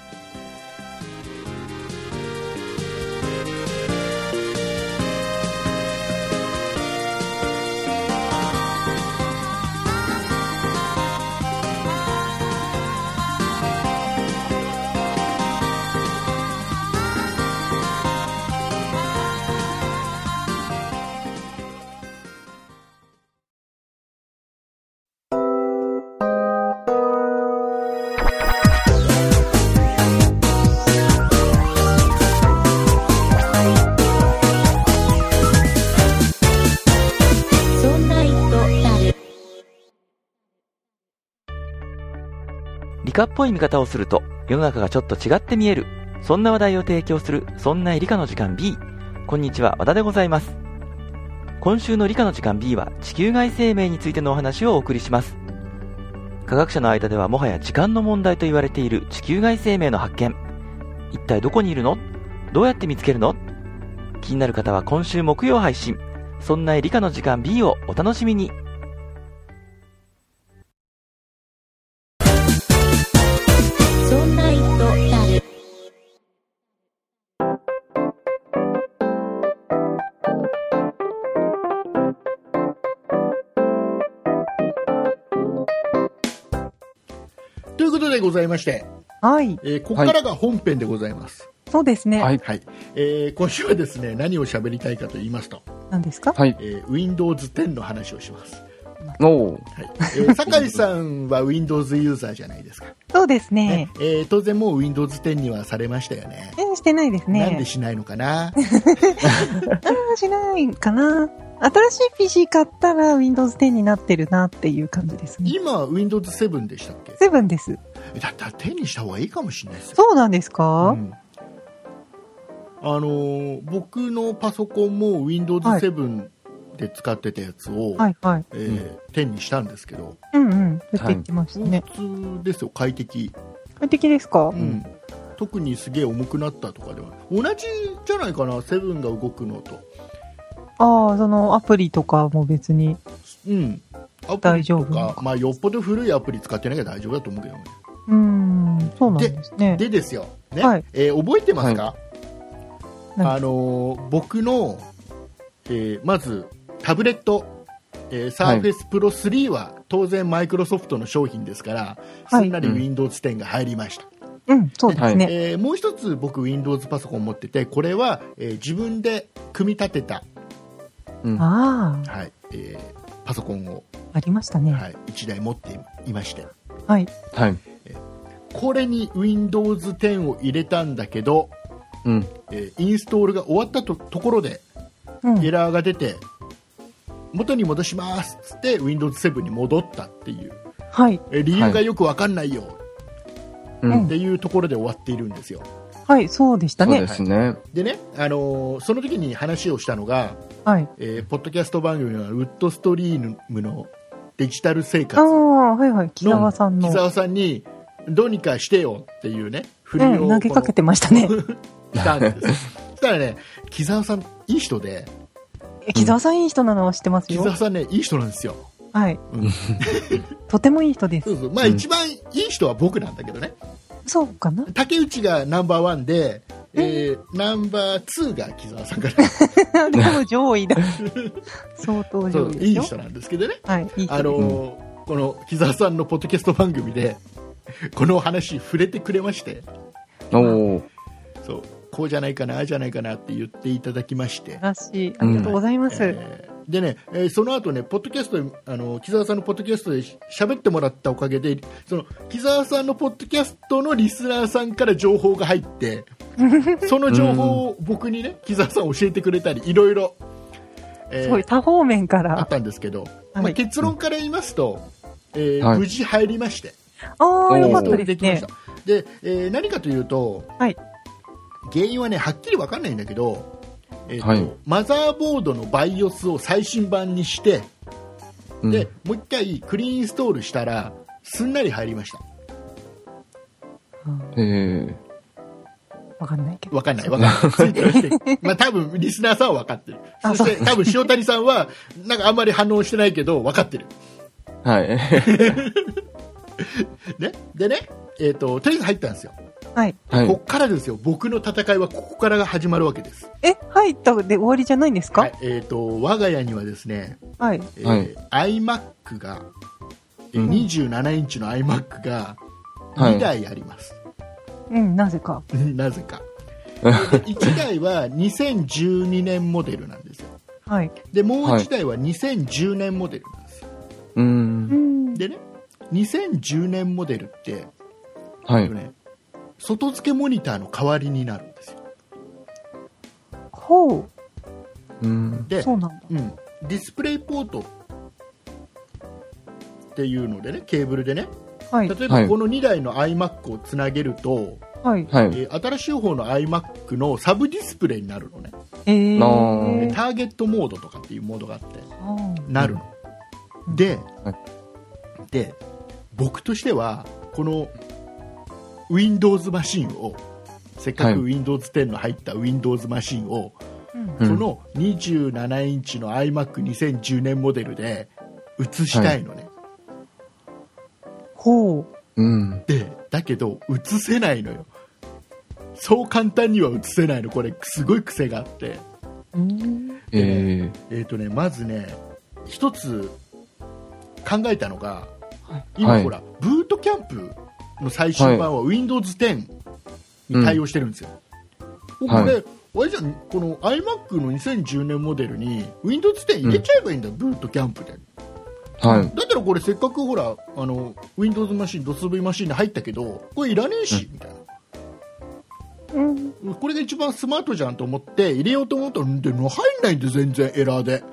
Speaker 1: そんな糸だる、
Speaker 5: 理科っぽい見方をすると世の中がちょっと違って見えるそんな話題を提供する「そんな理科の時間 B」こんにちは和田でございます今週の理科の時間 B は地球外生命についてのお話をお送りします科学者の間ではもはや時間の問題と言われている地球外生命の発見一体どこにいるのどうやって見つけるの気になる方は今週木曜配信「そんな理科の時間 B」をお楽しみに
Speaker 1: そんな糸だる、
Speaker 2: ということでございまして、
Speaker 3: はい。
Speaker 2: えーここからが本編でございます。
Speaker 3: そうですね。
Speaker 4: はい。
Speaker 2: はい。えー今週はですね、何を喋りたいかと言いますと、
Speaker 3: 何ですか
Speaker 4: はい。
Speaker 2: えー Windows 10の話をします。
Speaker 4: おう
Speaker 2: はい。え ー酒井さんは Windows ユーザーじゃないですか。
Speaker 3: そうです
Speaker 2: ね
Speaker 3: ね。
Speaker 2: えー当然もう Windows 10にはされましたよね。
Speaker 3: えしてないですね。
Speaker 2: なんでしないのか な
Speaker 3: うんしないかな。新しい PC 買ったら Windows 10になってるなっていう感じですね。
Speaker 2: 今、Windows 7でしたっけ
Speaker 3: 7です。
Speaker 2: だったら手にした方がいいかもしれないですよ
Speaker 3: そうなんですか、
Speaker 2: うんあのー僕のパソコンも Windows7 で使ってたやつを、
Speaker 3: はいはい。
Speaker 2: えー手にしたんですけど
Speaker 3: うんうん。出ていきましたね。
Speaker 2: 普通ですよ快適、
Speaker 3: 快適ですか
Speaker 2: うん特にすげえ重くなったとかでは同じじゃないかな7が動くのと、
Speaker 3: ああ、そのアプリとかも別に。
Speaker 2: うん、アプ
Speaker 3: 大
Speaker 2: リ
Speaker 3: 丈
Speaker 2: と
Speaker 3: 夫
Speaker 2: か、まあ、よっぽど古いアプリ使ってなきゃ大丈夫だと思うけどね
Speaker 3: うーん、そうなんですね。
Speaker 2: でですよ、ね
Speaker 3: はい
Speaker 2: えー覚えてますか、
Speaker 3: 何
Speaker 2: あのー僕の、えーまずタブレット、えー、
Speaker 4: はい
Speaker 2: Surface Pro 3は当然マイクロソフトの商品ですから、
Speaker 3: はい
Speaker 2: すんなり
Speaker 4: うん
Speaker 2: Windows 10が入りました、
Speaker 3: うん、そうですね。
Speaker 2: えーもう一つ僕 Windows パソコン持っててこれは、えー自分で組み立てた、
Speaker 4: うん。は
Speaker 3: ああ、
Speaker 2: はいえーパソコンを、
Speaker 3: ありましたね。
Speaker 2: はい、1台持っていまして
Speaker 3: はい。
Speaker 4: い。
Speaker 2: これに Windows 10を入れたんだけど、
Speaker 4: うん。
Speaker 2: えーインストールが終わったとところで
Speaker 3: うん。
Speaker 2: エラーが出て元に戻しますっつって Windows7 に戻ったっていう
Speaker 3: はい。
Speaker 2: え理由がよく分かんないよ
Speaker 4: う
Speaker 3: うん
Speaker 4: ん。
Speaker 2: っていうところで終わっているんですよ
Speaker 3: はい、そうでした
Speaker 4: そう
Speaker 3: ね
Speaker 4: で。すね。
Speaker 2: でね、あのーその時に話をしたのが、
Speaker 3: はい。
Speaker 2: えーポッドキャスト番組のウッドストリームのデジタル生
Speaker 3: ああ、
Speaker 2: 活
Speaker 3: はいはい。木沢さん
Speaker 2: 木
Speaker 3: の。
Speaker 2: 澤さんにどうにかしてよっていうね振り
Speaker 3: う
Speaker 2: を、
Speaker 3: ん、投げかけてましたね。
Speaker 2: したん ですそしたらね木澤さんいい人で
Speaker 3: え木沢さんいい人なのは知ってます
Speaker 2: 木
Speaker 3: よ。
Speaker 2: 澤さんねいい人なんですよ
Speaker 3: はい。
Speaker 2: うん
Speaker 3: とてもいい人で
Speaker 2: そ
Speaker 3: す。
Speaker 2: うそうまあ、
Speaker 4: うん
Speaker 2: 一番いい人は僕なんだけどね
Speaker 3: そうかな
Speaker 2: 竹内がナンバーワンで、えーナンバーツーが木澤さんから
Speaker 3: でも上位だ。 相当
Speaker 2: そ
Speaker 3: 上
Speaker 2: う
Speaker 3: 位で
Speaker 2: い
Speaker 3: す
Speaker 2: い
Speaker 3: よ。
Speaker 2: 人なんですけどね、
Speaker 3: はい、いい人
Speaker 2: あのーこの木澤さんのポッドキャスト番組で この話触れてくれまして
Speaker 4: おお。
Speaker 2: そうこうじゃないかなああじゃないかなって言っていただきまして
Speaker 3: 素晴、らしい。ありがとうございます。
Speaker 2: えーでね、えーその後ねポッドキャストであの木澤さんのポッドキャストでし喋ってもらったおかげでその木澤さんのポッドキャストのリスナーさんから情報が入って その情報を僕にね木澤さん教えてくれたりいろいろ、えー
Speaker 3: すごい、多方面か
Speaker 2: あっ
Speaker 3: ら。
Speaker 2: たんですけど、
Speaker 3: はい
Speaker 2: まあ、結論から言いますと、えー
Speaker 4: はい
Speaker 2: 無事入りまして、
Speaker 3: ああ、よかった
Speaker 2: で
Speaker 3: です
Speaker 2: きま
Speaker 3: ね
Speaker 2: し。たで、えー何かというと、
Speaker 3: はい
Speaker 2: 原因はねはっきり分かんないんだけど、えーと
Speaker 4: はい
Speaker 2: マザーボードのバイオスを最新版にして、
Speaker 4: うん
Speaker 2: でもう一回クリーンインストールしたらすんなり入りました
Speaker 3: うん
Speaker 4: えー
Speaker 3: わかんないけど。
Speaker 2: 分かんない分かん ないついてるついてるまあ多分リスナーさんは分かってるそ
Speaker 3: あ
Speaker 2: して多分塩谷さんはなんかあんまり反応してないけど分かってる
Speaker 4: はい。
Speaker 2: ねでねえー、ととりあえず入ったんですよ、
Speaker 3: はい。
Speaker 4: はい。
Speaker 2: こっからですよ僕の戦いはここからが始まるわけです、
Speaker 3: え、入ったで終わりじゃないんです
Speaker 2: は
Speaker 3: か
Speaker 2: いえー、と我が家にはですね、
Speaker 3: はい。
Speaker 2: えー iMac が、えー
Speaker 4: うん
Speaker 2: 27インチの iMac が
Speaker 4: はい
Speaker 2: 2台あります、
Speaker 3: うん、なぜか。
Speaker 2: なぜ か。1台は2012年モデルなんですよ。
Speaker 3: はい。
Speaker 2: で、もう1台は2010年モデルなんですよ。
Speaker 4: う。
Speaker 3: うんん。
Speaker 2: でね、2010年モデルって、
Speaker 4: は
Speaker 2: えっ
Speaker 4: い
Speaker 2: と。ね、外付けモニターの代わりになるんですよ。
Speaker 3: ほ
Speaker 4: うん。
Speaker 3: う。
Speaker 2: で、
Speaker 3: そうなんだ。
Speaker 2: うん、ディスプレイポートっていうのでね、ケーブルでね、
Speaker 3: はい。
Speaker 2: 例え
Speaker 4: は
Speaker 2: ば
Speaker 4: い
Speaker 2: この2台の iMac をつなげると、
Speaker 3: はい。
Speaker 4: はい。
Speaker 2: えー新しい方の iMac のサブディスプレイになるのね。
Speaker 3: えー。
Speaker 4: な
Speaker 2: で
Speaker 4: ー
Speaker 2: ターゲットモードとかっていうモードがあって。
Speaker 3: あ
Speaker 2: なるの、
Speaker 3: うん
Speaker 2: で
Speaker 4: はい
Speaker 2: で僕としてはこの Windows マシンをせっかく
Speaker 4: は
Speaker 2: Windows10 の入った Windows マシンを、
Speaker 3: うん
Speaker 4: うん
Speaker 2: この27インチの iMac2010 年モデルで映したいのね、
Speaker 3: ほう。
Speaker 4: うん。
Speaker 2: でだけど映せないのよそう簡単には映せないのこれすごい癖があって
Speaker 3: うん。
Speaker 4: え
Speaker 2: えっ、とねまずね一つ考えたのが
Speaker 4: は
Speaker 2: 今
Speaker 4: い
Speaker 2: ほら、ブートキャンプの最新版は Windows 10に対応してるんですよ、
Speaker 4: はい
Speaker 2: これ、あれじゃんこの iMac の2010年モデルに Windows 10入れちゃえばいいんだよ、ブートキャンプで
Speaker 4: ー。はい。
Speaker 2: だったらこれせっかくほらあの Windows マシン DOSV マシンに入ったけどこれいらねえし、みたい
Speaker 3: うん。
Speaker 2: なこれが一番スマートじゃんと思って入れようと思ったらんで入んないんで全然エラーで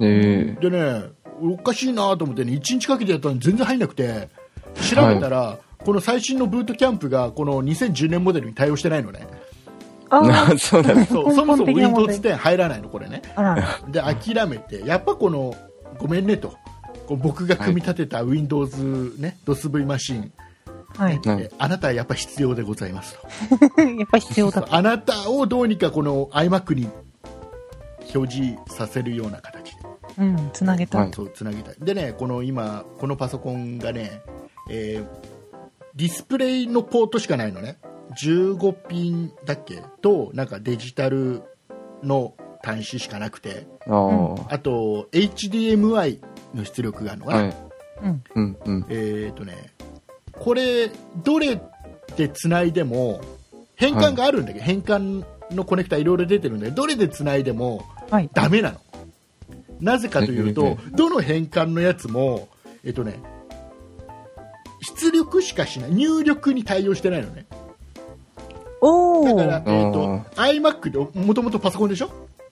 Speaker 4: え
Speaker 2: でねおかしいなと思ってね1日かけてやったのに全然入んなくて調べたら、この最新のブートキャンプがこの2010年モデルに対応してないのね
Speaker 4: ー。
Speaker 3: あ
Speaker 4: そうなんです。
Speaker 2: そう
Speaker 3: 根
Speaker 2: そもそ
Speaker 3: 本
Speaker 2: も
Speaker 3: 的な問題
Speaker 2: Windows10 入らないのこれね
Speaker 3: あ、あら、
Speaker 2: で諦めてやっぱこのごめんねとこう僕が組み立てた Windows ね DOSV マシン
Speaker 3: はい。
Speaker 4: うん
Speaker 2: えあな たはやっぱ必要でございますと
Speaker 3: やっぱ必要だと。
Speaker 2: あなたをどうにかこの iMac に表示させるような形で
Speaker 3: うん、つなげた。
Speaker 4: はい
Speaker 2: そうつなぎたいでねこの今このパソコンがね、えーディスプレイのポートしかないのね15ピンだっけとなんかデジタルの端子しかなくて
Speaker 4: ああ。は
Speaker 2: あと HDMI の出力があるのかな、
Speaker 4: い。
Speaker 3: うん。
Speaker 4: うんうん。
Speaker 2: えっ、とね、これ、どれでつないでも、変換があるんだけど、変換のコネクタいろいろ出てるんだけど、どれでつないでも
Speaker 3: はい。
Speaker 2: ダメなの。なぜかという
Speaker 4: うん
Speaker 2: と、どの変換のやつも、えっ、とね、出力しかしない、入力に対応してないのね。
Speaker 3: お
Speaker 2: だ
Speaker 3: お
Speaker 2: か。ら、えっ、
Speaker 3: は
Speaker 4: うん
Speaker 2: と、iMac でもともとパソコンでしょ
Speaker 3: い。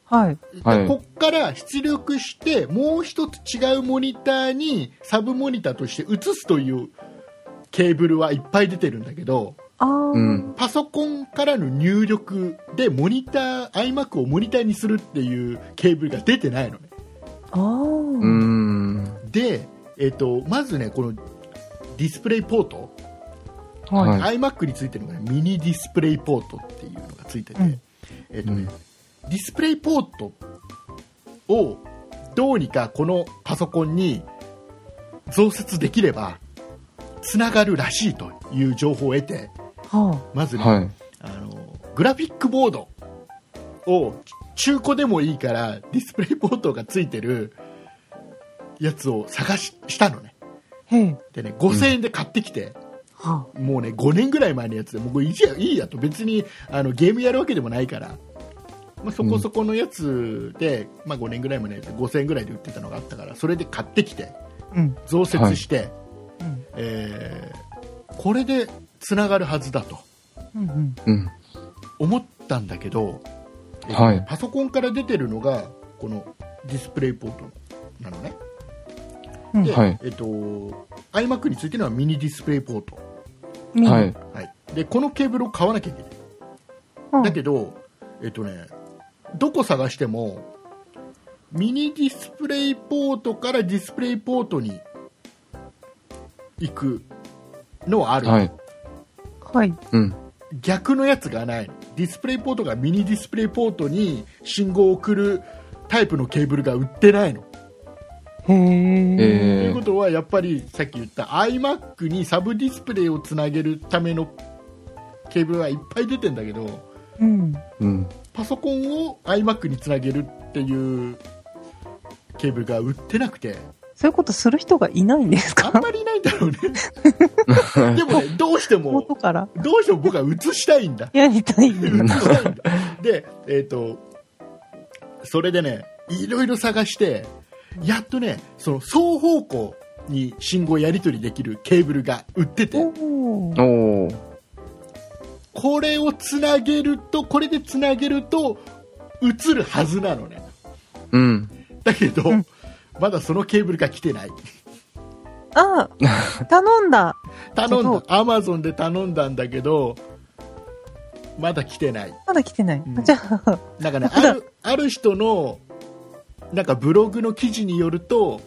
Speaker 4: はい
Speaker 2: こっから出力してもう一つ違うモニターにサブモニターとして移すというケーブルはいっぱい出てるんだけど
Speaker 3: ああ。
Speaker 4: うん。
Speaker 2: パソコンからの入力でモニター iMac をモニターにするっていうケーブルが出てないのね
Speaker 3: ああ。
Speaker 4: うーん。
Speaker 2: で、えっとまずねこのディスプレイポート、
Speaker 3: はい。
Speaker 2: iMac についてるのがミニディスプレイポートっていうのがついてて、
Speaker 3: うん
Speaker 2: えっとね
Speaker 4: うん
Speaker 2: ディスプレイポートをどうにかこのパソコンに増設できればつながるらしいという情報を得て
Speaker 3: は
Speaker 2: まずね、
Speaker 4: はい。
Speaker 2: あのグラフィックボードを中古でもいいからディスプレイポートがついてるやつを探ししたのね
Speaker 3: あ。へえ。
Speaker 2: でね5000円で買ってきて、
Speaker 3: は
Speaker 2: もうね5年ぐらい前のやつでもうこれいいやいいやと別にあのゲームやるわけでもないから、まあ、そこそこのやつで、まあ、5年ぐらい前のやつで5000円ぐらいで売ってたのがあったからそれで買ってきて
Speaker 3: あ。うん。
Speaker 2: 増設して、
Speaker 3: うん。
Speaker 2: えーこれでつながるはずだと
Speaker 3: うん。うん。
Speaker 4: うん。
Speaker 2: 思ったんだけど、えー
Speaker 4: はい
Speaker 2: パソコンから出てるのがこのディスプレイポートなのね
Speaker 3: うん
Speaker 2: で、
Speaker 4: はい
Speaker 2: えっと iMac についてのはミニディスプレイポート、
Speaker 3: 見る
Speaker 4: はい。
Speaker 2: はい、でこのケーブルを買わなきゃいけない
Speaker 3: うん
Speaker 2: だけど、えっとね、どこ探してもミニディスプレイポートからディスプレイポートに行くのはある、
Speaker 4: はい。
Speaker 3: はい。
Speaker 4: うん。
Speaker 2: 逆のやつがないディスプレイポートがミニディスプレイポートに信号を送るタイプのケーブルが売ってないの。
Speaker 3: へえ。
Speaker 2: とい
Speaker 4: え
Speaker 2: うこ
Speaker 4: ー。
Speaker 2: とはやっぱりさっき言った iMac にサブディスプレイをつなげるためのケーブルはいっぱい出てんだけど。
Speaker 3: うん。
Speaker 4: うん。
Speaker 2: パソコンを iMac につなげるっていうケーブルが売ってなくて
Speaker 3: そういうことする人がいないんです
Speaker 2: あん
Speaker 3: か
Speaker 2: まりいないんだろうねでもねどうしても
Speaker 3: 元から。
Speaker 2: どうしても僕は映したいんだ
Speaker 3: やりたい。
Speaker 2: 映したいんだでえっ、とそれでねいろいろ探してやっとねその双方向に信号やり取りできるケーブルが売ってて
Speaker 3: おお。
Speaker 4: おー。
Speaker 2: これをつなげるとこれでつなげると映るはずなのね
Speaker 4: うん。
Speaker 2: だけど、
Speaker 3: うん
Speaker 2: まだそのケーブルが来てない
Speaker 3: ああ。頼んだ。
Speaker 2: 頼ん
Speaker 3: そ
Speaker 2: だ
Speaker 3: う
Speaker 2: アマゾンで頼んだんだけどまだ来てない
Speaker 3: まだ来てない。
Speaker 2: うん
Speaker 3: じゃあ、
Speaker 2: なんかね
Speaker 3: まだ
Speaker 2: あるある人のなんかブログの記事によると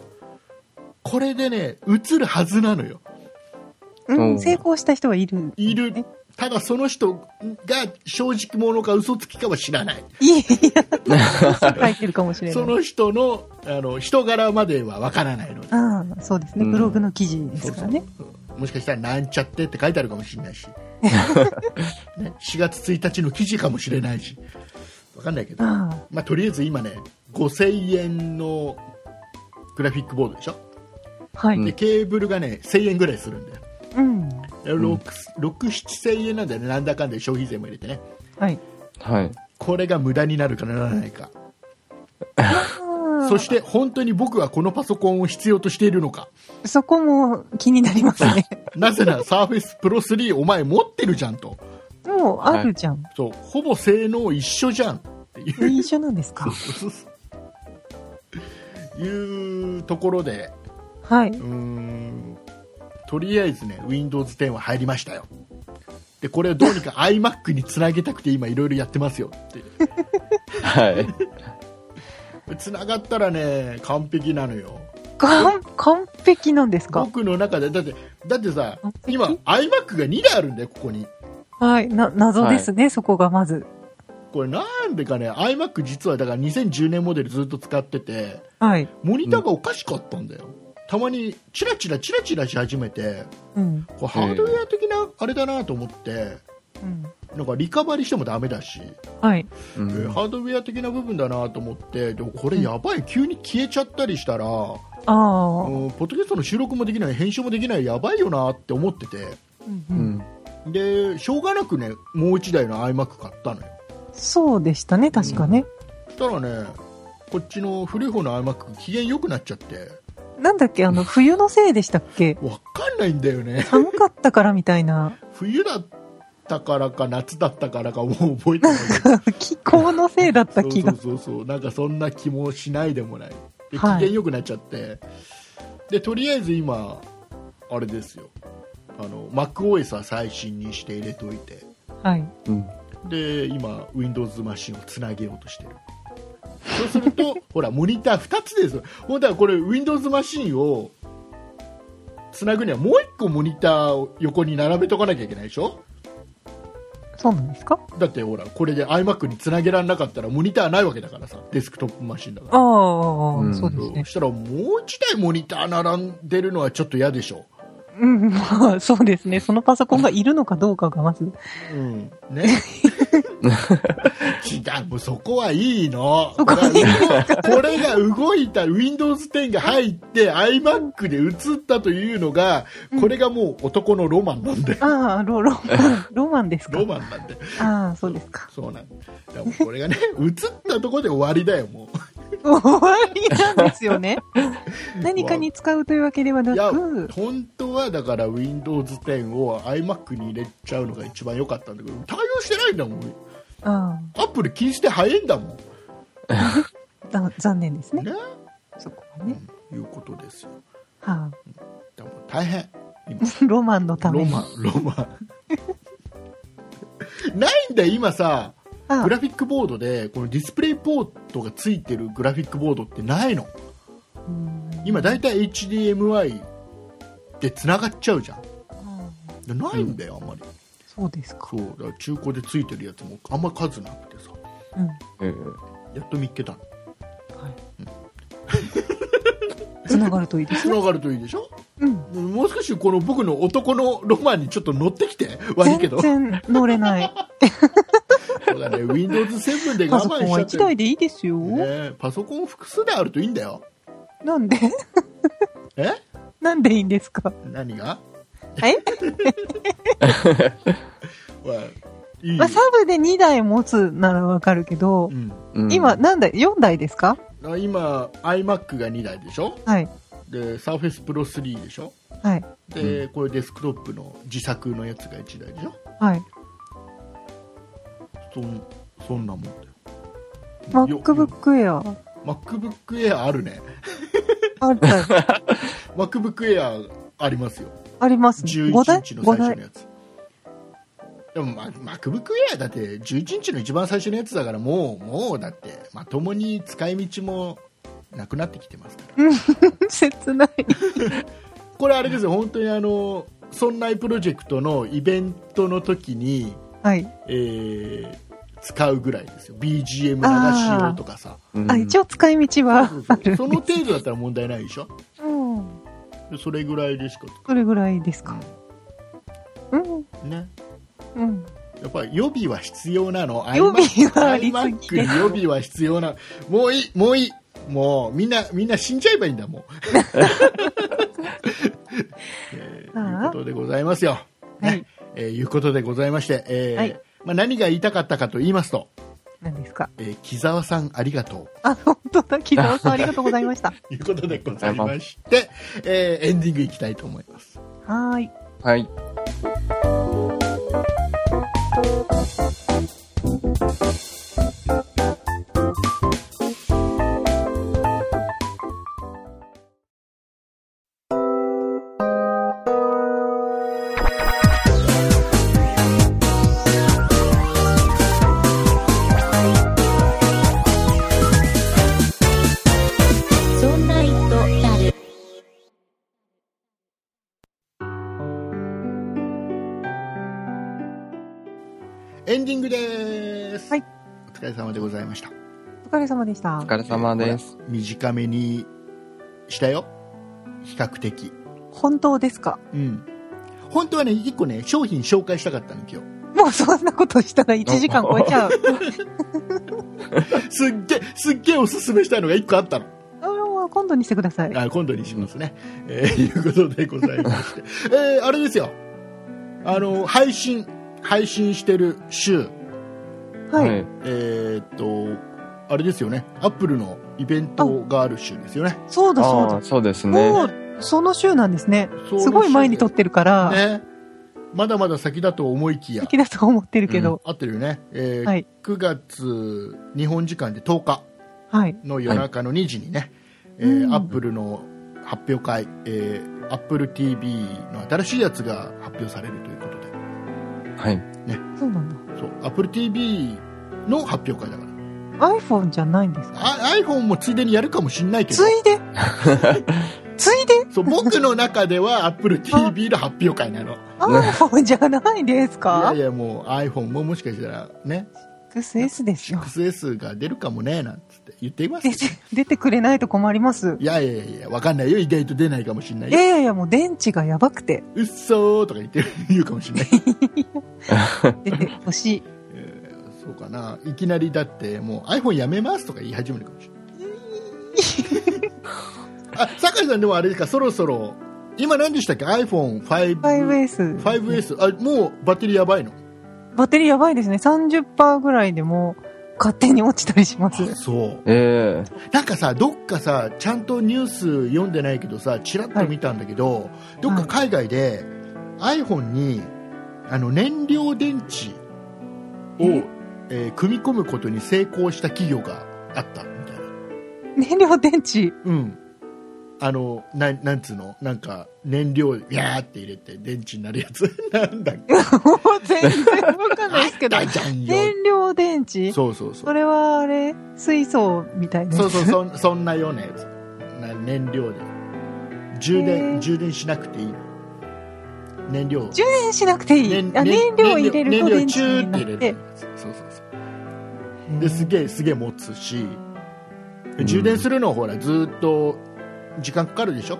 Speaker 2: これでね映るはずなのよ
Speaker 3: う
Speaker 4: お
Speaker 3: ん、
Speaker 4: う
Speaker 3: 成功した人はいる。
Speaker 2: いる
Speaker 3: え
Speaker 2: ただその人が正直者か嘘つきかは知らない
Speaker 3: いやいや、書いてるかもしれな
Speaker 2: そ
Speaker 3: い。
Speaker 2: の人のあの人柄まではわからないので
Speaker 3: ああ、そうですね。
Speaker 4: うん
Speaker 3: ブログの記事ですからね。
Speaker 2: もしかしたらなんちゃってって書いてあるかもしれ ないし、ね、4月1日の記事かもしれないしわかんないけど
Speaker 3: あ
Speaker 2: まあ、とりあえず今ね5000円のグラフィックボードでしょ、
Speaker 3: あ、はい。
Speaker 4: うん
Speaker 2: でケーブルがね1000円ぐらいするんだよ
Speaker 3: うん。
Speaker 4: ん
Speaker 2: 67000円なんだよねなんだかんだで消費税も入れてね
Speaker 3: はい。
Speaker 4: はい。
Speaker 2: これが無駄になるかならないか
Speaker 3: ああ
Speaker 2: そして本当に僕はこのパソコンを必要としているのか
Speaker 3: そこも気になりますね。
Speaker 2: なぜなら Surface Pro 3お前持ってるじゃんと
Speaker 3: もうあるじゃん。
Speaker 2: そうほぼ性能一緒じゃんっていう
Speaker 3: 一緒なんですか。
Speaker 2: いうところで。
Speaker 3: はいう
Speaker 2: ーんとりあえずね Windows 10は入りましたよでこれをどうにか iMac につなげたくて今いろいろやってますよって
Speaker 4: はい。
Speaker 2: つながったらね完璧なのよ
Speaker 3: 完完璧なんですか
Speaker 2: 僕の中でだってだってさ
Speaker 3: 完璧
Speaker 2: 今 iMac が2台あるんだよここに
Speaker 3: はい。な、謎ですね、そこがまず。
Speaker 2: これなんでかね iMac 実はだから2010年モデルずっと使ってて
Speaker 3: はい。
Speaker 2: モニターがおかしかったんだよ、たまにチラチラチラチラし始めて
Speaker 3: うん。
Speaker 2: これハードウェア的なあれだなと思って
Speaker 3: うん。
Speaker 2: なんかリカバリしてもダメだし、
Speaker 3: はい。
Speaker 4: う
Speaker 2: えー
Speaker 4: ん
Speaker 2: ハードウェア的な部分だなと思ってでもこれやばい急に消えちゃったりしたら、
Speaker 3: ああ。うん
Speaker 2: うんポッドキャストの収録もできない編集もできないやばいよなって思ってて
Speaker 3: う。
Speaker 4: うんん。
Speaker 2: でしょうがなくねもう1台の iMac 買ったのよ
Speaker 3: そうでしたね、確かね。
Speaker 2: そしたらねこっちの古い方の iMac 機嫌良くなっちゃって
Speaker 3: なんだっけ、あの、冬のせいでしたっ け
Speaker 2: わかんないんだよね
Speaker 3: 寒かったからみたいな。
Speaker 2: 冬だったからか夏だったからかもう覚え てない
Speaker 3: 気候のせいだった
Speaker 2: け
Speaker 3: 気
Speaker 2: ど
Speaker 3: が。
Speaker 2: そうそうそうそうなんかそんな気もしないでもないで機
Speaker 3: はい
Speaker 2: 嫌良くなっちゃって、でとりあえず今あれですよあの MacOS は最新にして入れといて
Speaker 3: はい。
Speaker 4: うん。
Speaker 2: で今 Windows マシンをつなげようとしてるそうする とほらモニター2つですよほんだらこれ Windows マシンをつなぐにはもう1個モニターを横に並べとかなきゃいけないでしょ
Speaker 3: そうなんですか
Speaker 2: だってほらこれで iMac につなげられなかったらモニターないわけだからさデスクトップマシンだから
Speaker 3: ああ、
Speaker 4: うん
Speaker 3: そうです
Speaker 2: そ
Speaker 3: ね。
Speaker 2: したらもう1台モニター並んでるのはちょっと嫌でしょ、
Speaker 3: うん、まあ、そうですね。そのパソコンがいるのかどうかがまず。
Speaker 2: うん、ね 違うもうそこはいいの
Speaker 3: そこはいい
Speaker 2: これが動いた Windows10 が入って iMac で映ったというのがこれがもう男のロマンなんで
Speaker 3: ああ、ロ、ロマン、ロマンですか
Speaker 2: ロマンなんで
Speaker 3: ああ、そうですか。
Speaker 2: そうなんだからもうこれがね映ったところで終わりだよも
Speaker 3: 終わりなんです よね。何かに使うというわけでは
Speaker 2: ういや
Speaker 3: なく、
Speaker 2: 本当はだから Windows10 を iMac に入れちゃうのが一番良かったんだけど対応してないんだもん
Speaker 3: あ
Speaker 2: アップル禁止で早いんだもん
Speaker 3: あ、だ残念ですね。
Speaker 2: ね
Speaker 3: そこはね。
Speaker 2: いうことですよ。
Speaker 3: は
Speaker 2: でも大変。今
Speaker 3: あ、ロマンのため
Speaker 2: ロ
Speaker 3: に。
Speaker 2: マン、ロマン。ないんだよ、今さ、
Speaker 3: あ
Speaker 2: グラフィックボードで、このディスプレイポートがついてるグラフィックボードってないの。
Speaker 3: うん
Speaker 2: 今、だいたい HDMI で繋がっちゃうじゃん。
Speaker 3: ああ
Speaker 2: でないんだよ、あんまり。
Speaker 3: そうですか。
Speaker 2: そう、だから中古でついてるやつもあんま数なくてさ、
Speaker 3: うん。
Speaker 4: え
Speaker 2: やっと見っけたの。
Speaker 3: はい。つながるといいです ね。
Speaker 2: 繋がるといいでしょ
Speaker 3: うん。
Speaker 2: もう少しこの僕の男のロマンにちょっと乗ってきて、悪いけど。
Speaker 3: 全然乗れ ない。
Speaker 2: そうだね、Windows7 で
Speaker 3: パ
Speaker 2: 我
Speaker 3: ソコンは
Speaker 2: 慢しちゃって
Speaker 3: 1台でいいです よ。
Speaker 2: ね、パソコン複数であるといいんだよ。
Speaker 3: なんで
Speaker 2: え
Speaker 3: なんでいいんで すか
Speaker 2: 何が
Speaker 3: え、
Speaker 2: おいいい
Speaker 3: まあ、サブで2台持つならわかるけど
Speaker 2: う、ん、
Speaker 4: うん
Speaker 3: 今、何台 ?4 台ですか
Speaker 2: あ今 iMac が2台でしょ
Speaker 3: はい。
Speaker 2: で SurfacePro3 でしょ
Speaker 3: はい。
Speaker 2: で、これデスクトップの自作のやつが1台でしょ
Speaker 3: はい。
Speaker 2: そんそんなもんだよ
Speaker 3: MacBook
Speaker 2: よ
Speaker 3: Air。
Speaker 2: MacBook Air あるね
Speaker 3: あった、
Speaker 2: MacBook Air ありますよ
Speaker 3: ありま すね。
Speaker 2: 11
Speaker 3: 5台
Speaker 2: 日の最
Speaker 3: ?5
Speaker 2: 初の
Speaker 3: 台。
Speaker 2: やつでも、ま、MacBook Air だって11日の一番最初のやつだからもうもうだってまともに使い道もなくなってきてますから
Speaker 3: 切ない。
Speaker 2: これあれですよ本当にあの「そんないプロジェクト」のイベントの時に、
Speaker 3: はい。
Speaker 2: えー使うぐらいですよ BGM 流しようとかさ
Speaker 4: うん
Speaker 3: あ、一応使い道は
Speaker 2: そうそ
Speaker 3: あ
Speaker 2: う
Speaker 3: る。
Speaker 2: その程度だったら問題ないでしょ
Speaker 3: うん。
Speaker 2: でそれぐらいでしか
Speaker 3: それぐらいです
Speaker 2: 使
Speaker 3: か。うん。
Speaker 2: ね
Speaker 3: うん。
Speaker 2: やっぱり予備は必要なの
Speaker 3: 予備はあり
Speaker 2: iMac
Speaker 3: すぎ
Speaker 2: に予
Speaker 3: です
Speaker 2: 備は必要なもういいもういいもうみんなみんな死んじゃえばいいんだ もう、えー
Speaker 3: ああ
Speaker 2: いうことでございますよ、ね
Speaker 3: はい
Speaker 2: えーいうことでございまして、えー
Speaker 3: はい
Speaker 2: まあ、何が言いたかったかと言いますと、
Speaker 3: 何ですか。
Speaker 2: えー木澤さんありがと
Speaker 3: あ、本当だ。木沢さんありがとうございました。
Speaker 2: うということでございまして、えーエンディングいきたいと思います
Speaker 3: はーい。
Speaker 4: はい。
Speaker 2: エンディングです。
Speaker 3: はい。
Speaker 2: お疲れ様でございました。
Speaker 3: お疲れ様でした
Speaker 4: お。疲れ様です。
Speaker 2: 短めにしたよ。比較的。
Speaker 3: 本当ですか
Speaker 2: うん。本当はね、一個ね、商品紹介したかったの、今日。
Speaker 3: もうそんなことしたら1時間超えちゃう。
Speaker 2: すっげえ、すっげえおすすめしたいのが一個あったの。
Speaker 3: あの今度にしてください。
Speaker 2: あ今度にしますね。えーいうことでございまして。 えーあれですよ。あの、配信、配信してる週、
Speaker 3: はい。
Speaker 4: はい
Speaker 2: えーっと、あれですよね。アップルのイベントがある週ですよね。
Speaker 3: そうだそう
Speaker 4: あ
Speaker 3: だ
Speaker 4: あ、。そうですね。
Speaker 3: もう、その週なんですね。
Speaker 2: そう
Speaker 3: すごい前に撮ってるから、
Speaker 2: ね。まだまだ先だと思いきや。
Speaker 3: 敵だと思ってるけど。
Speaker 2: 合ってるよね。えー
Speaker 3: はい
Speaker 2: 9月、日本時間で10日
Speaker 3: はい。
Speaker 2: の夜中の2時にね、え
Speaker 3: うん
Speaker 2: ー、アップルの発表会、えー、Apple TV の新しいやつが発表されるということで。
Speaker 4: はい。
Speaker 3: そうなんだ。
Speaker 2: そう、Apple TV の発表会だから。
Speaker 3: iPhone じゃないんですか
Speaker 2: あ iPhone もついでにやるかもしんないけど
Speaker 3: つ、い でついで
Speaker 2: そう僕の中では Apple TV の発表会なの。い
Speaker 3: ?iPhone じゃないです
Speaker 2: や
Speaker 3: か
Speaker 2: いや、もう iPhone ももしかしたらね、
Speaker 3: ?XS ですよ。
Speaker 2: 6S が出るかもね、なんつって言っています
Speaker 3: 出
Speaker 2: よ。
Speaker 3: て、出てくれないと困ります。
Speaker 2: いやいやいや、わかんないよ。意外と出ないかもしんない
Speaker 3: い
Speaker 2: よ。
Speaker 3: やいやいや、もう電池がやばくて、
Speaker 2: うっそーとか言って言うかもしれない。
Speaker 3: 出てほしい。
Speaker 2: えーそうかな。いきなりだって、もう iPhone やめますとか言い始めるかもしれない。 あ、酒井さんでもあれですか、そろそろ、今何でしたっけ ?iPhone5。
Speaker 3: 5S。
Speaker 2: 5S。あ、もうバッテリーやばいの。
Speaker 3: バッテリーやばいですね。30%ぐらいでもう勝手に落ちたりします。
Speaker 2: そう。
Speaker 4: え
Speaker 2: なんかさ、どっかさ、ちゃんとニュース読んでないけどさ、ちらっと見たんだけど、どっか海外で iPhone に、あの、燃料電池を、えー組み込むことに成功した企業があったみたいな。
Speaker 3: 燃料電池。
Speaker 2: うん。あの、ななんつうのなんか、燃料、ビャーって入れて電池になるやつ。 なんだっけ
Speaker 3: もう 全然わかんないですけど
Speaker 2: あっ。たじゃんよ。
Speaker 3: 燃料電池
Speaker 2: そうそうそう
Speaker 3: そ。れはあれ、水素みたいなやつ。
Speaker 2: そうそうそん、そんなようなやつ。な燃料で。充
Speaker 3: へ
Speaker 2: 電、
Speaker 3: ー
Speaker 2: 充電しなくていい。燃料。
Speaker 3: 充電しなくていい。
Speaker 2: 燃
Speaker 3: あ燃料を入れると
Speaker 2: 燃料
Speaker 3: 電
Speaker 2: チ
Speaker 3: 池
Speaker 2: ューっ
Speaker 3: に
Speaker 2: て
Speaker 3: な
Speaker 2: 入れ
Speaker 3: っ
Speaker 2: る
Speaker 3: て
Speaker 2: や。つ。そうそうそう。
Speaker 3: へー
Speaker 2: ですげえ、すげえ持つし、充電するのはほら、ずーっと時間かかるでしょ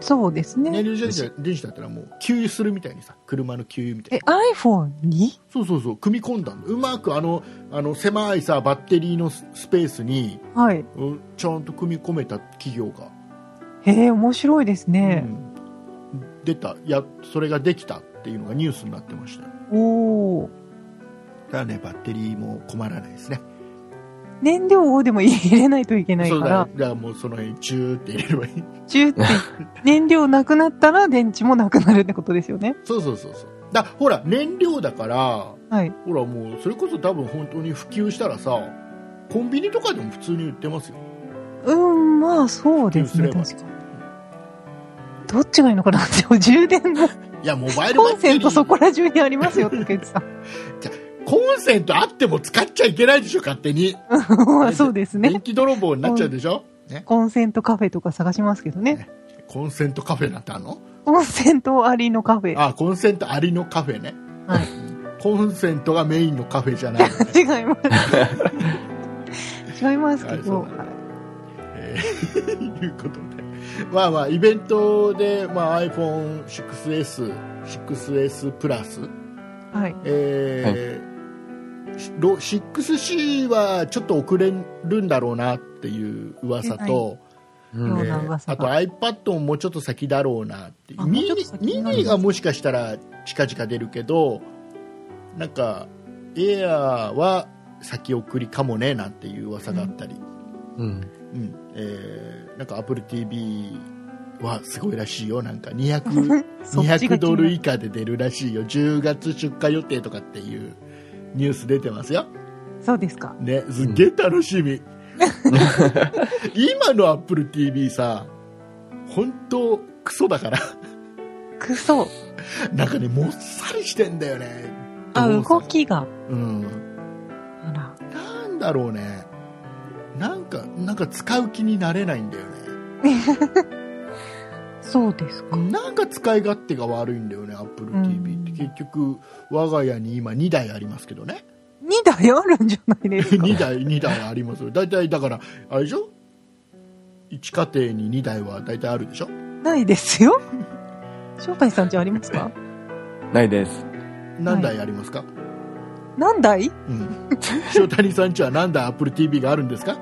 Speaker 3: そうです
Speaker 2: 燃
Speaker 3: ね。
Speaker 2: 料電池電池だったらもう、給油するみたいにさ、車の給油みたいな
Speaker 3: え、。iPhone に
Speaker 2: そうそうそう組み込んだんだうまくあのあの狭いさバッテリーのススペースに
Speaker 3: はい。
Speaker 2: うんちゃんと組み込めた企業が、
Speaker 3: へえ、面白いですね。
Speaker 2: うん出たやそれができたっていうのがニュースになってましたよ
Speaker 3: おお。
Speaker 2: だからねバッテリーも困らないですね
Speaker 3: 燃料をでも入れないといけないか
Speaker 2: そうだ
Speaker 3: ら
Speaker 2: ね、じゃあもうその辺チューって入れればい い
Speaker 3: チューって、燃料なくなったら電池もなくなるってことですよね。
Speaker 2: そうそうそうそうだほら燃料だから
Speaker 3: はい。
Speaker 2: ほらもうそれこそ多分本当に普及したらさコンビニとかでも普通に売ってますよ
Speaker 3: うん、まあそうですね、
Speaker 2: 普及
Speaker 3: 確
Speaker 2: す
Speaker 3: かに。どっちがいいのかなって、でも 充電の
Speaker 2: いやモバイルバ
Speaker 3: コン
Speaker 2: ッテ
Speaker 3: セ
Speaker 2: リ
Speaker 3: ン
Speaker 2: ー
Speaker 3: トそこら中にありますよ、竹 内さん。
Speaker 2: コンセントあっても使っちゃいけないでしょ勝手に
Speaker 3: まあ そうですね
Speaker 2: 電。気泥棒になっちゃうでしょ、ね、
Speaker 3: コンセントカフェとか探しますけどね。
Speaker 2: コンセントカフェなんてあんの
Speaker 3: コンセントありのカフェ。
Speaker 2: あコンセントありのカフェね
Speaker 3: はい
Speaker 2: コンセントがメインのカフェじゃないのね
Speaker 3: 違います。違いますけど。
Speaker 2: あそうえーいうことでまあまあイベントで、まあ、iPhone6S、6S プラス、
Speaker 3: はい。
Speaker 2: えーしろ 6C はちょっと遅れるんだろうなっていう噂と、
Speaker 4: え
Speaker 3: ん
Speaker 4: うん
Speaker 3: ような噂
Speaker 2: あと
Speaker 3: が
Speaker 2: iPad ももうちょっと先だろうなっていう
Speaker 3: あ
Speaker 2: ミ
Speaker 3: もうちょっと先
Speaker 2: ニ
Speaker 3: なんだ
Speaker 2: ミニがもしかしたら近々出るけどなんかエアーは先送りかもねなんていう噂があったり、
Speaker 4: うん。
Speaker 2: うんえーなんか AppleTV はすごいらしいよなん か200
Speaker 3: そっちが
Speaker 2: 200
Speaker 3: 気
Speaker 2: ド
Speaker 3: にな
Speaker 2: ル
Speaker 3: る
Speaker 2: 以下で出るらしいよ10月出荷予定とかっていうニュース出てますよ
Speaker 3: そうですか。
Speaker 2: ねすっげえ楽しみ、今の AppleTV さ本当クソだから
Speaker 3: クソ。
Speaker 2: なんかねもっさりしてんだよね
Speaker 3: あ、
Speaker 2: 動作
Speaker 3: 動きが。
Speaker 2: うん
Speaker 3: あら。
Speaker 2: なんだろうねなんかなんか使う気になれないんだよね
Speaker 3: そうですか。
Speaker 2: なんか使い勝手が悪いんだよね AppleTV って、
Speaker 3: うん
Speaker 2: 結局我が家に今2台ありますけどね
Speaker 3: 台あるんじゃないですか。
Speaker 2: 2台2台ありますよ大体だからあれでしょ1家庭に2台は大体あるでしょ
Speaker 3: ないですよ。正体さんちありますか
Speaker 4: ないです。
Speaker 2: 何台ありますか、
Speaker 3: 何台
Speaker 2: うん塩谷さんちは何台 AppleTV があるんですか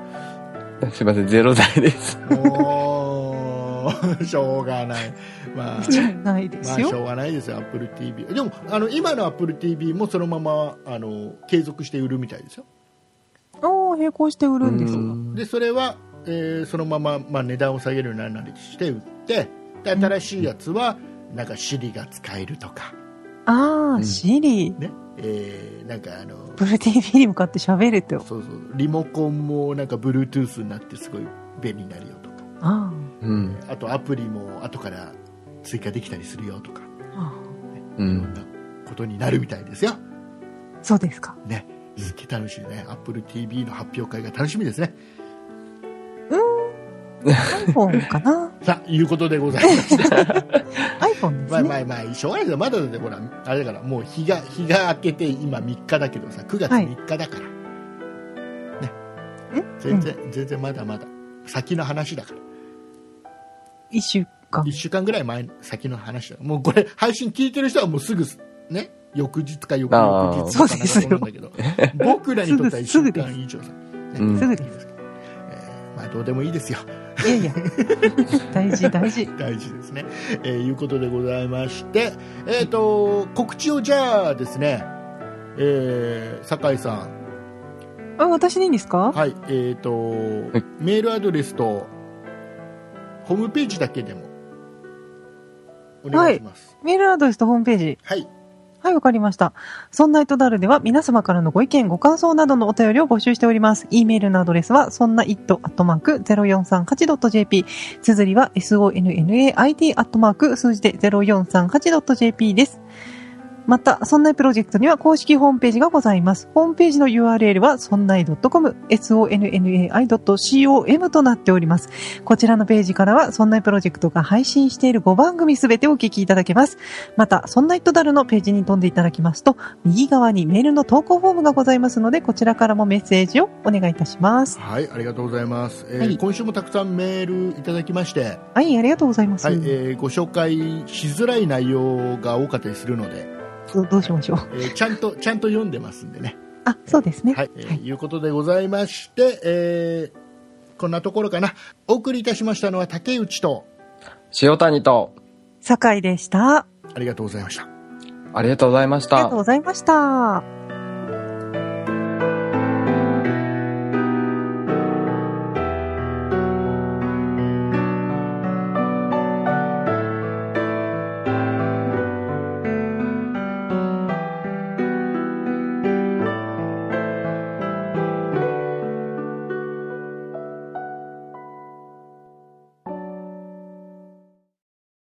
Speaker 4: すいません、ゼロ台です。
Speaker 2: もうしょうがないまあ
Speaker 3: うちもないで
Speaker 2: ますあし
Speaker 3: よ。
Speaker 2: ょうがないですよ AppleTV でもあの今の AppleTV もそのままあの継続して売るみたいですよ
Speaker 3: おー、並行して売るんです
Speaker 4: う
Speaker 3: か。
Speaker 4: ん
Speaker 2: でそれは、えーそのまま、まあ、値段を下げるようになりして売ってで新しいやつはなんか Siri が使えるとか
Speaker 3: あ
Speaker 4: う
Speaker 3: ー、
Speaker 4: ん
Speaker 3: シリ。
Speaker 2: ねえーなんかあの
Speaker 3: ブルー TV に向かって喋ると。
Speaker 2: そうそうリモコンもなんか Bluetooth になってすごい便利になるよとか
Speaker 3: あ
Speaker 4: うん。
Speaker 2: あとアプリも後から追加できたりするよとか
Speaker 3: ーあ
Speaker 4: う
Speaker 2: いろん
Speaker 4: ん。
Speaker 2: なことになるみたいですよ、
Speaker 3: ー。そうですか。
Speaker 2: ね、すっげえ楽しいね AppleTV の発表会が楽しみですね
Speaker 3: iPhone かな
Speaker 2: さあいうことでござい ます
Speaker 3: ?iPhone で
Speaker 2: ますあ
Speaker 3: ね。
Speaker 2: まあまあしょうがないですよまだだってほらあれだからもう日が日が明けて今3日だけどさ9月
Speaker 3: はい
Speaker 2: 3日だから、
Speaker 3: え
Speaker 2: 全然、全然まだまだ先の話だから
Speaker 3: 一週間
Speaker 2: 1。週間ぐらい前先の話だもうこれ配信聞いてる人はもうすぐね翌日か翌々日とかなんだと思うんだけど僕らにとっては1週間以上さ、ね
Speaker 4: うん
Speaker 3: すぐです。
Speaker 2: えーまあどうでもいいですよ
Speaker 3: いやいや。 大事、大事。
Speaker 2: 大事ですね、えーいうことでございまして、えー、と告知をじゃあですね、えー酒井さん、
Speaker 3: あ、私でいいんですか
Speaker 2: はいえーと
Speaker 4: はい
Speaker 2: メールアドレスとホームページだけでもお願いします。
Speaker 3: メールアドレスとホームページ。
Speaker 2: はい、
Speaker 3: はい、わかりました。そんな糸ダルでは皆様からのご意見、ご感想などのお便りを募集しております。e メールのアドレスは、そんな it.0438.jp。綴りは sonnait. 数字で 0438.jp です。また、そんないプロジェクトには公式ホームページがございます。ホームページの URL は、そんない .com、sonnai.com となっております。こちらのページからは、そんないプロジェクトが配信している5番組すべてお聞きいただけます。また、そんな糸だるのページに飛んでいただきますと、右側にメールの投稿フォームがございますので、こちらからもメッセージをお願いいたします。
Speaker 2: はい、ありがとうございます、えー
Speaker 3: はい
Speaker 2: 今週もたくさんメールいただきまして、
Speaker 3: はい、ありがとうございます。
Speaker 2: はいえーご紹介しづらい内容が多かったりするので、
Speaker 3: どどうしましょう。
Speaker 2: えーちゃんとちゃんと読んでますんでね。
Speaker 3: あ、そうですね。
Speaker 2: はい、えーいうことでございまして、えーこんなところかな。お送りいたしましたのは竹内と、
Speaker 4: 塩谷と、
Speaker 3: 酒井でした。あ
Speaker 2: ありがとうございました。
Speaker 4: ありがとうございました。
Speaker 3: りがとうございました。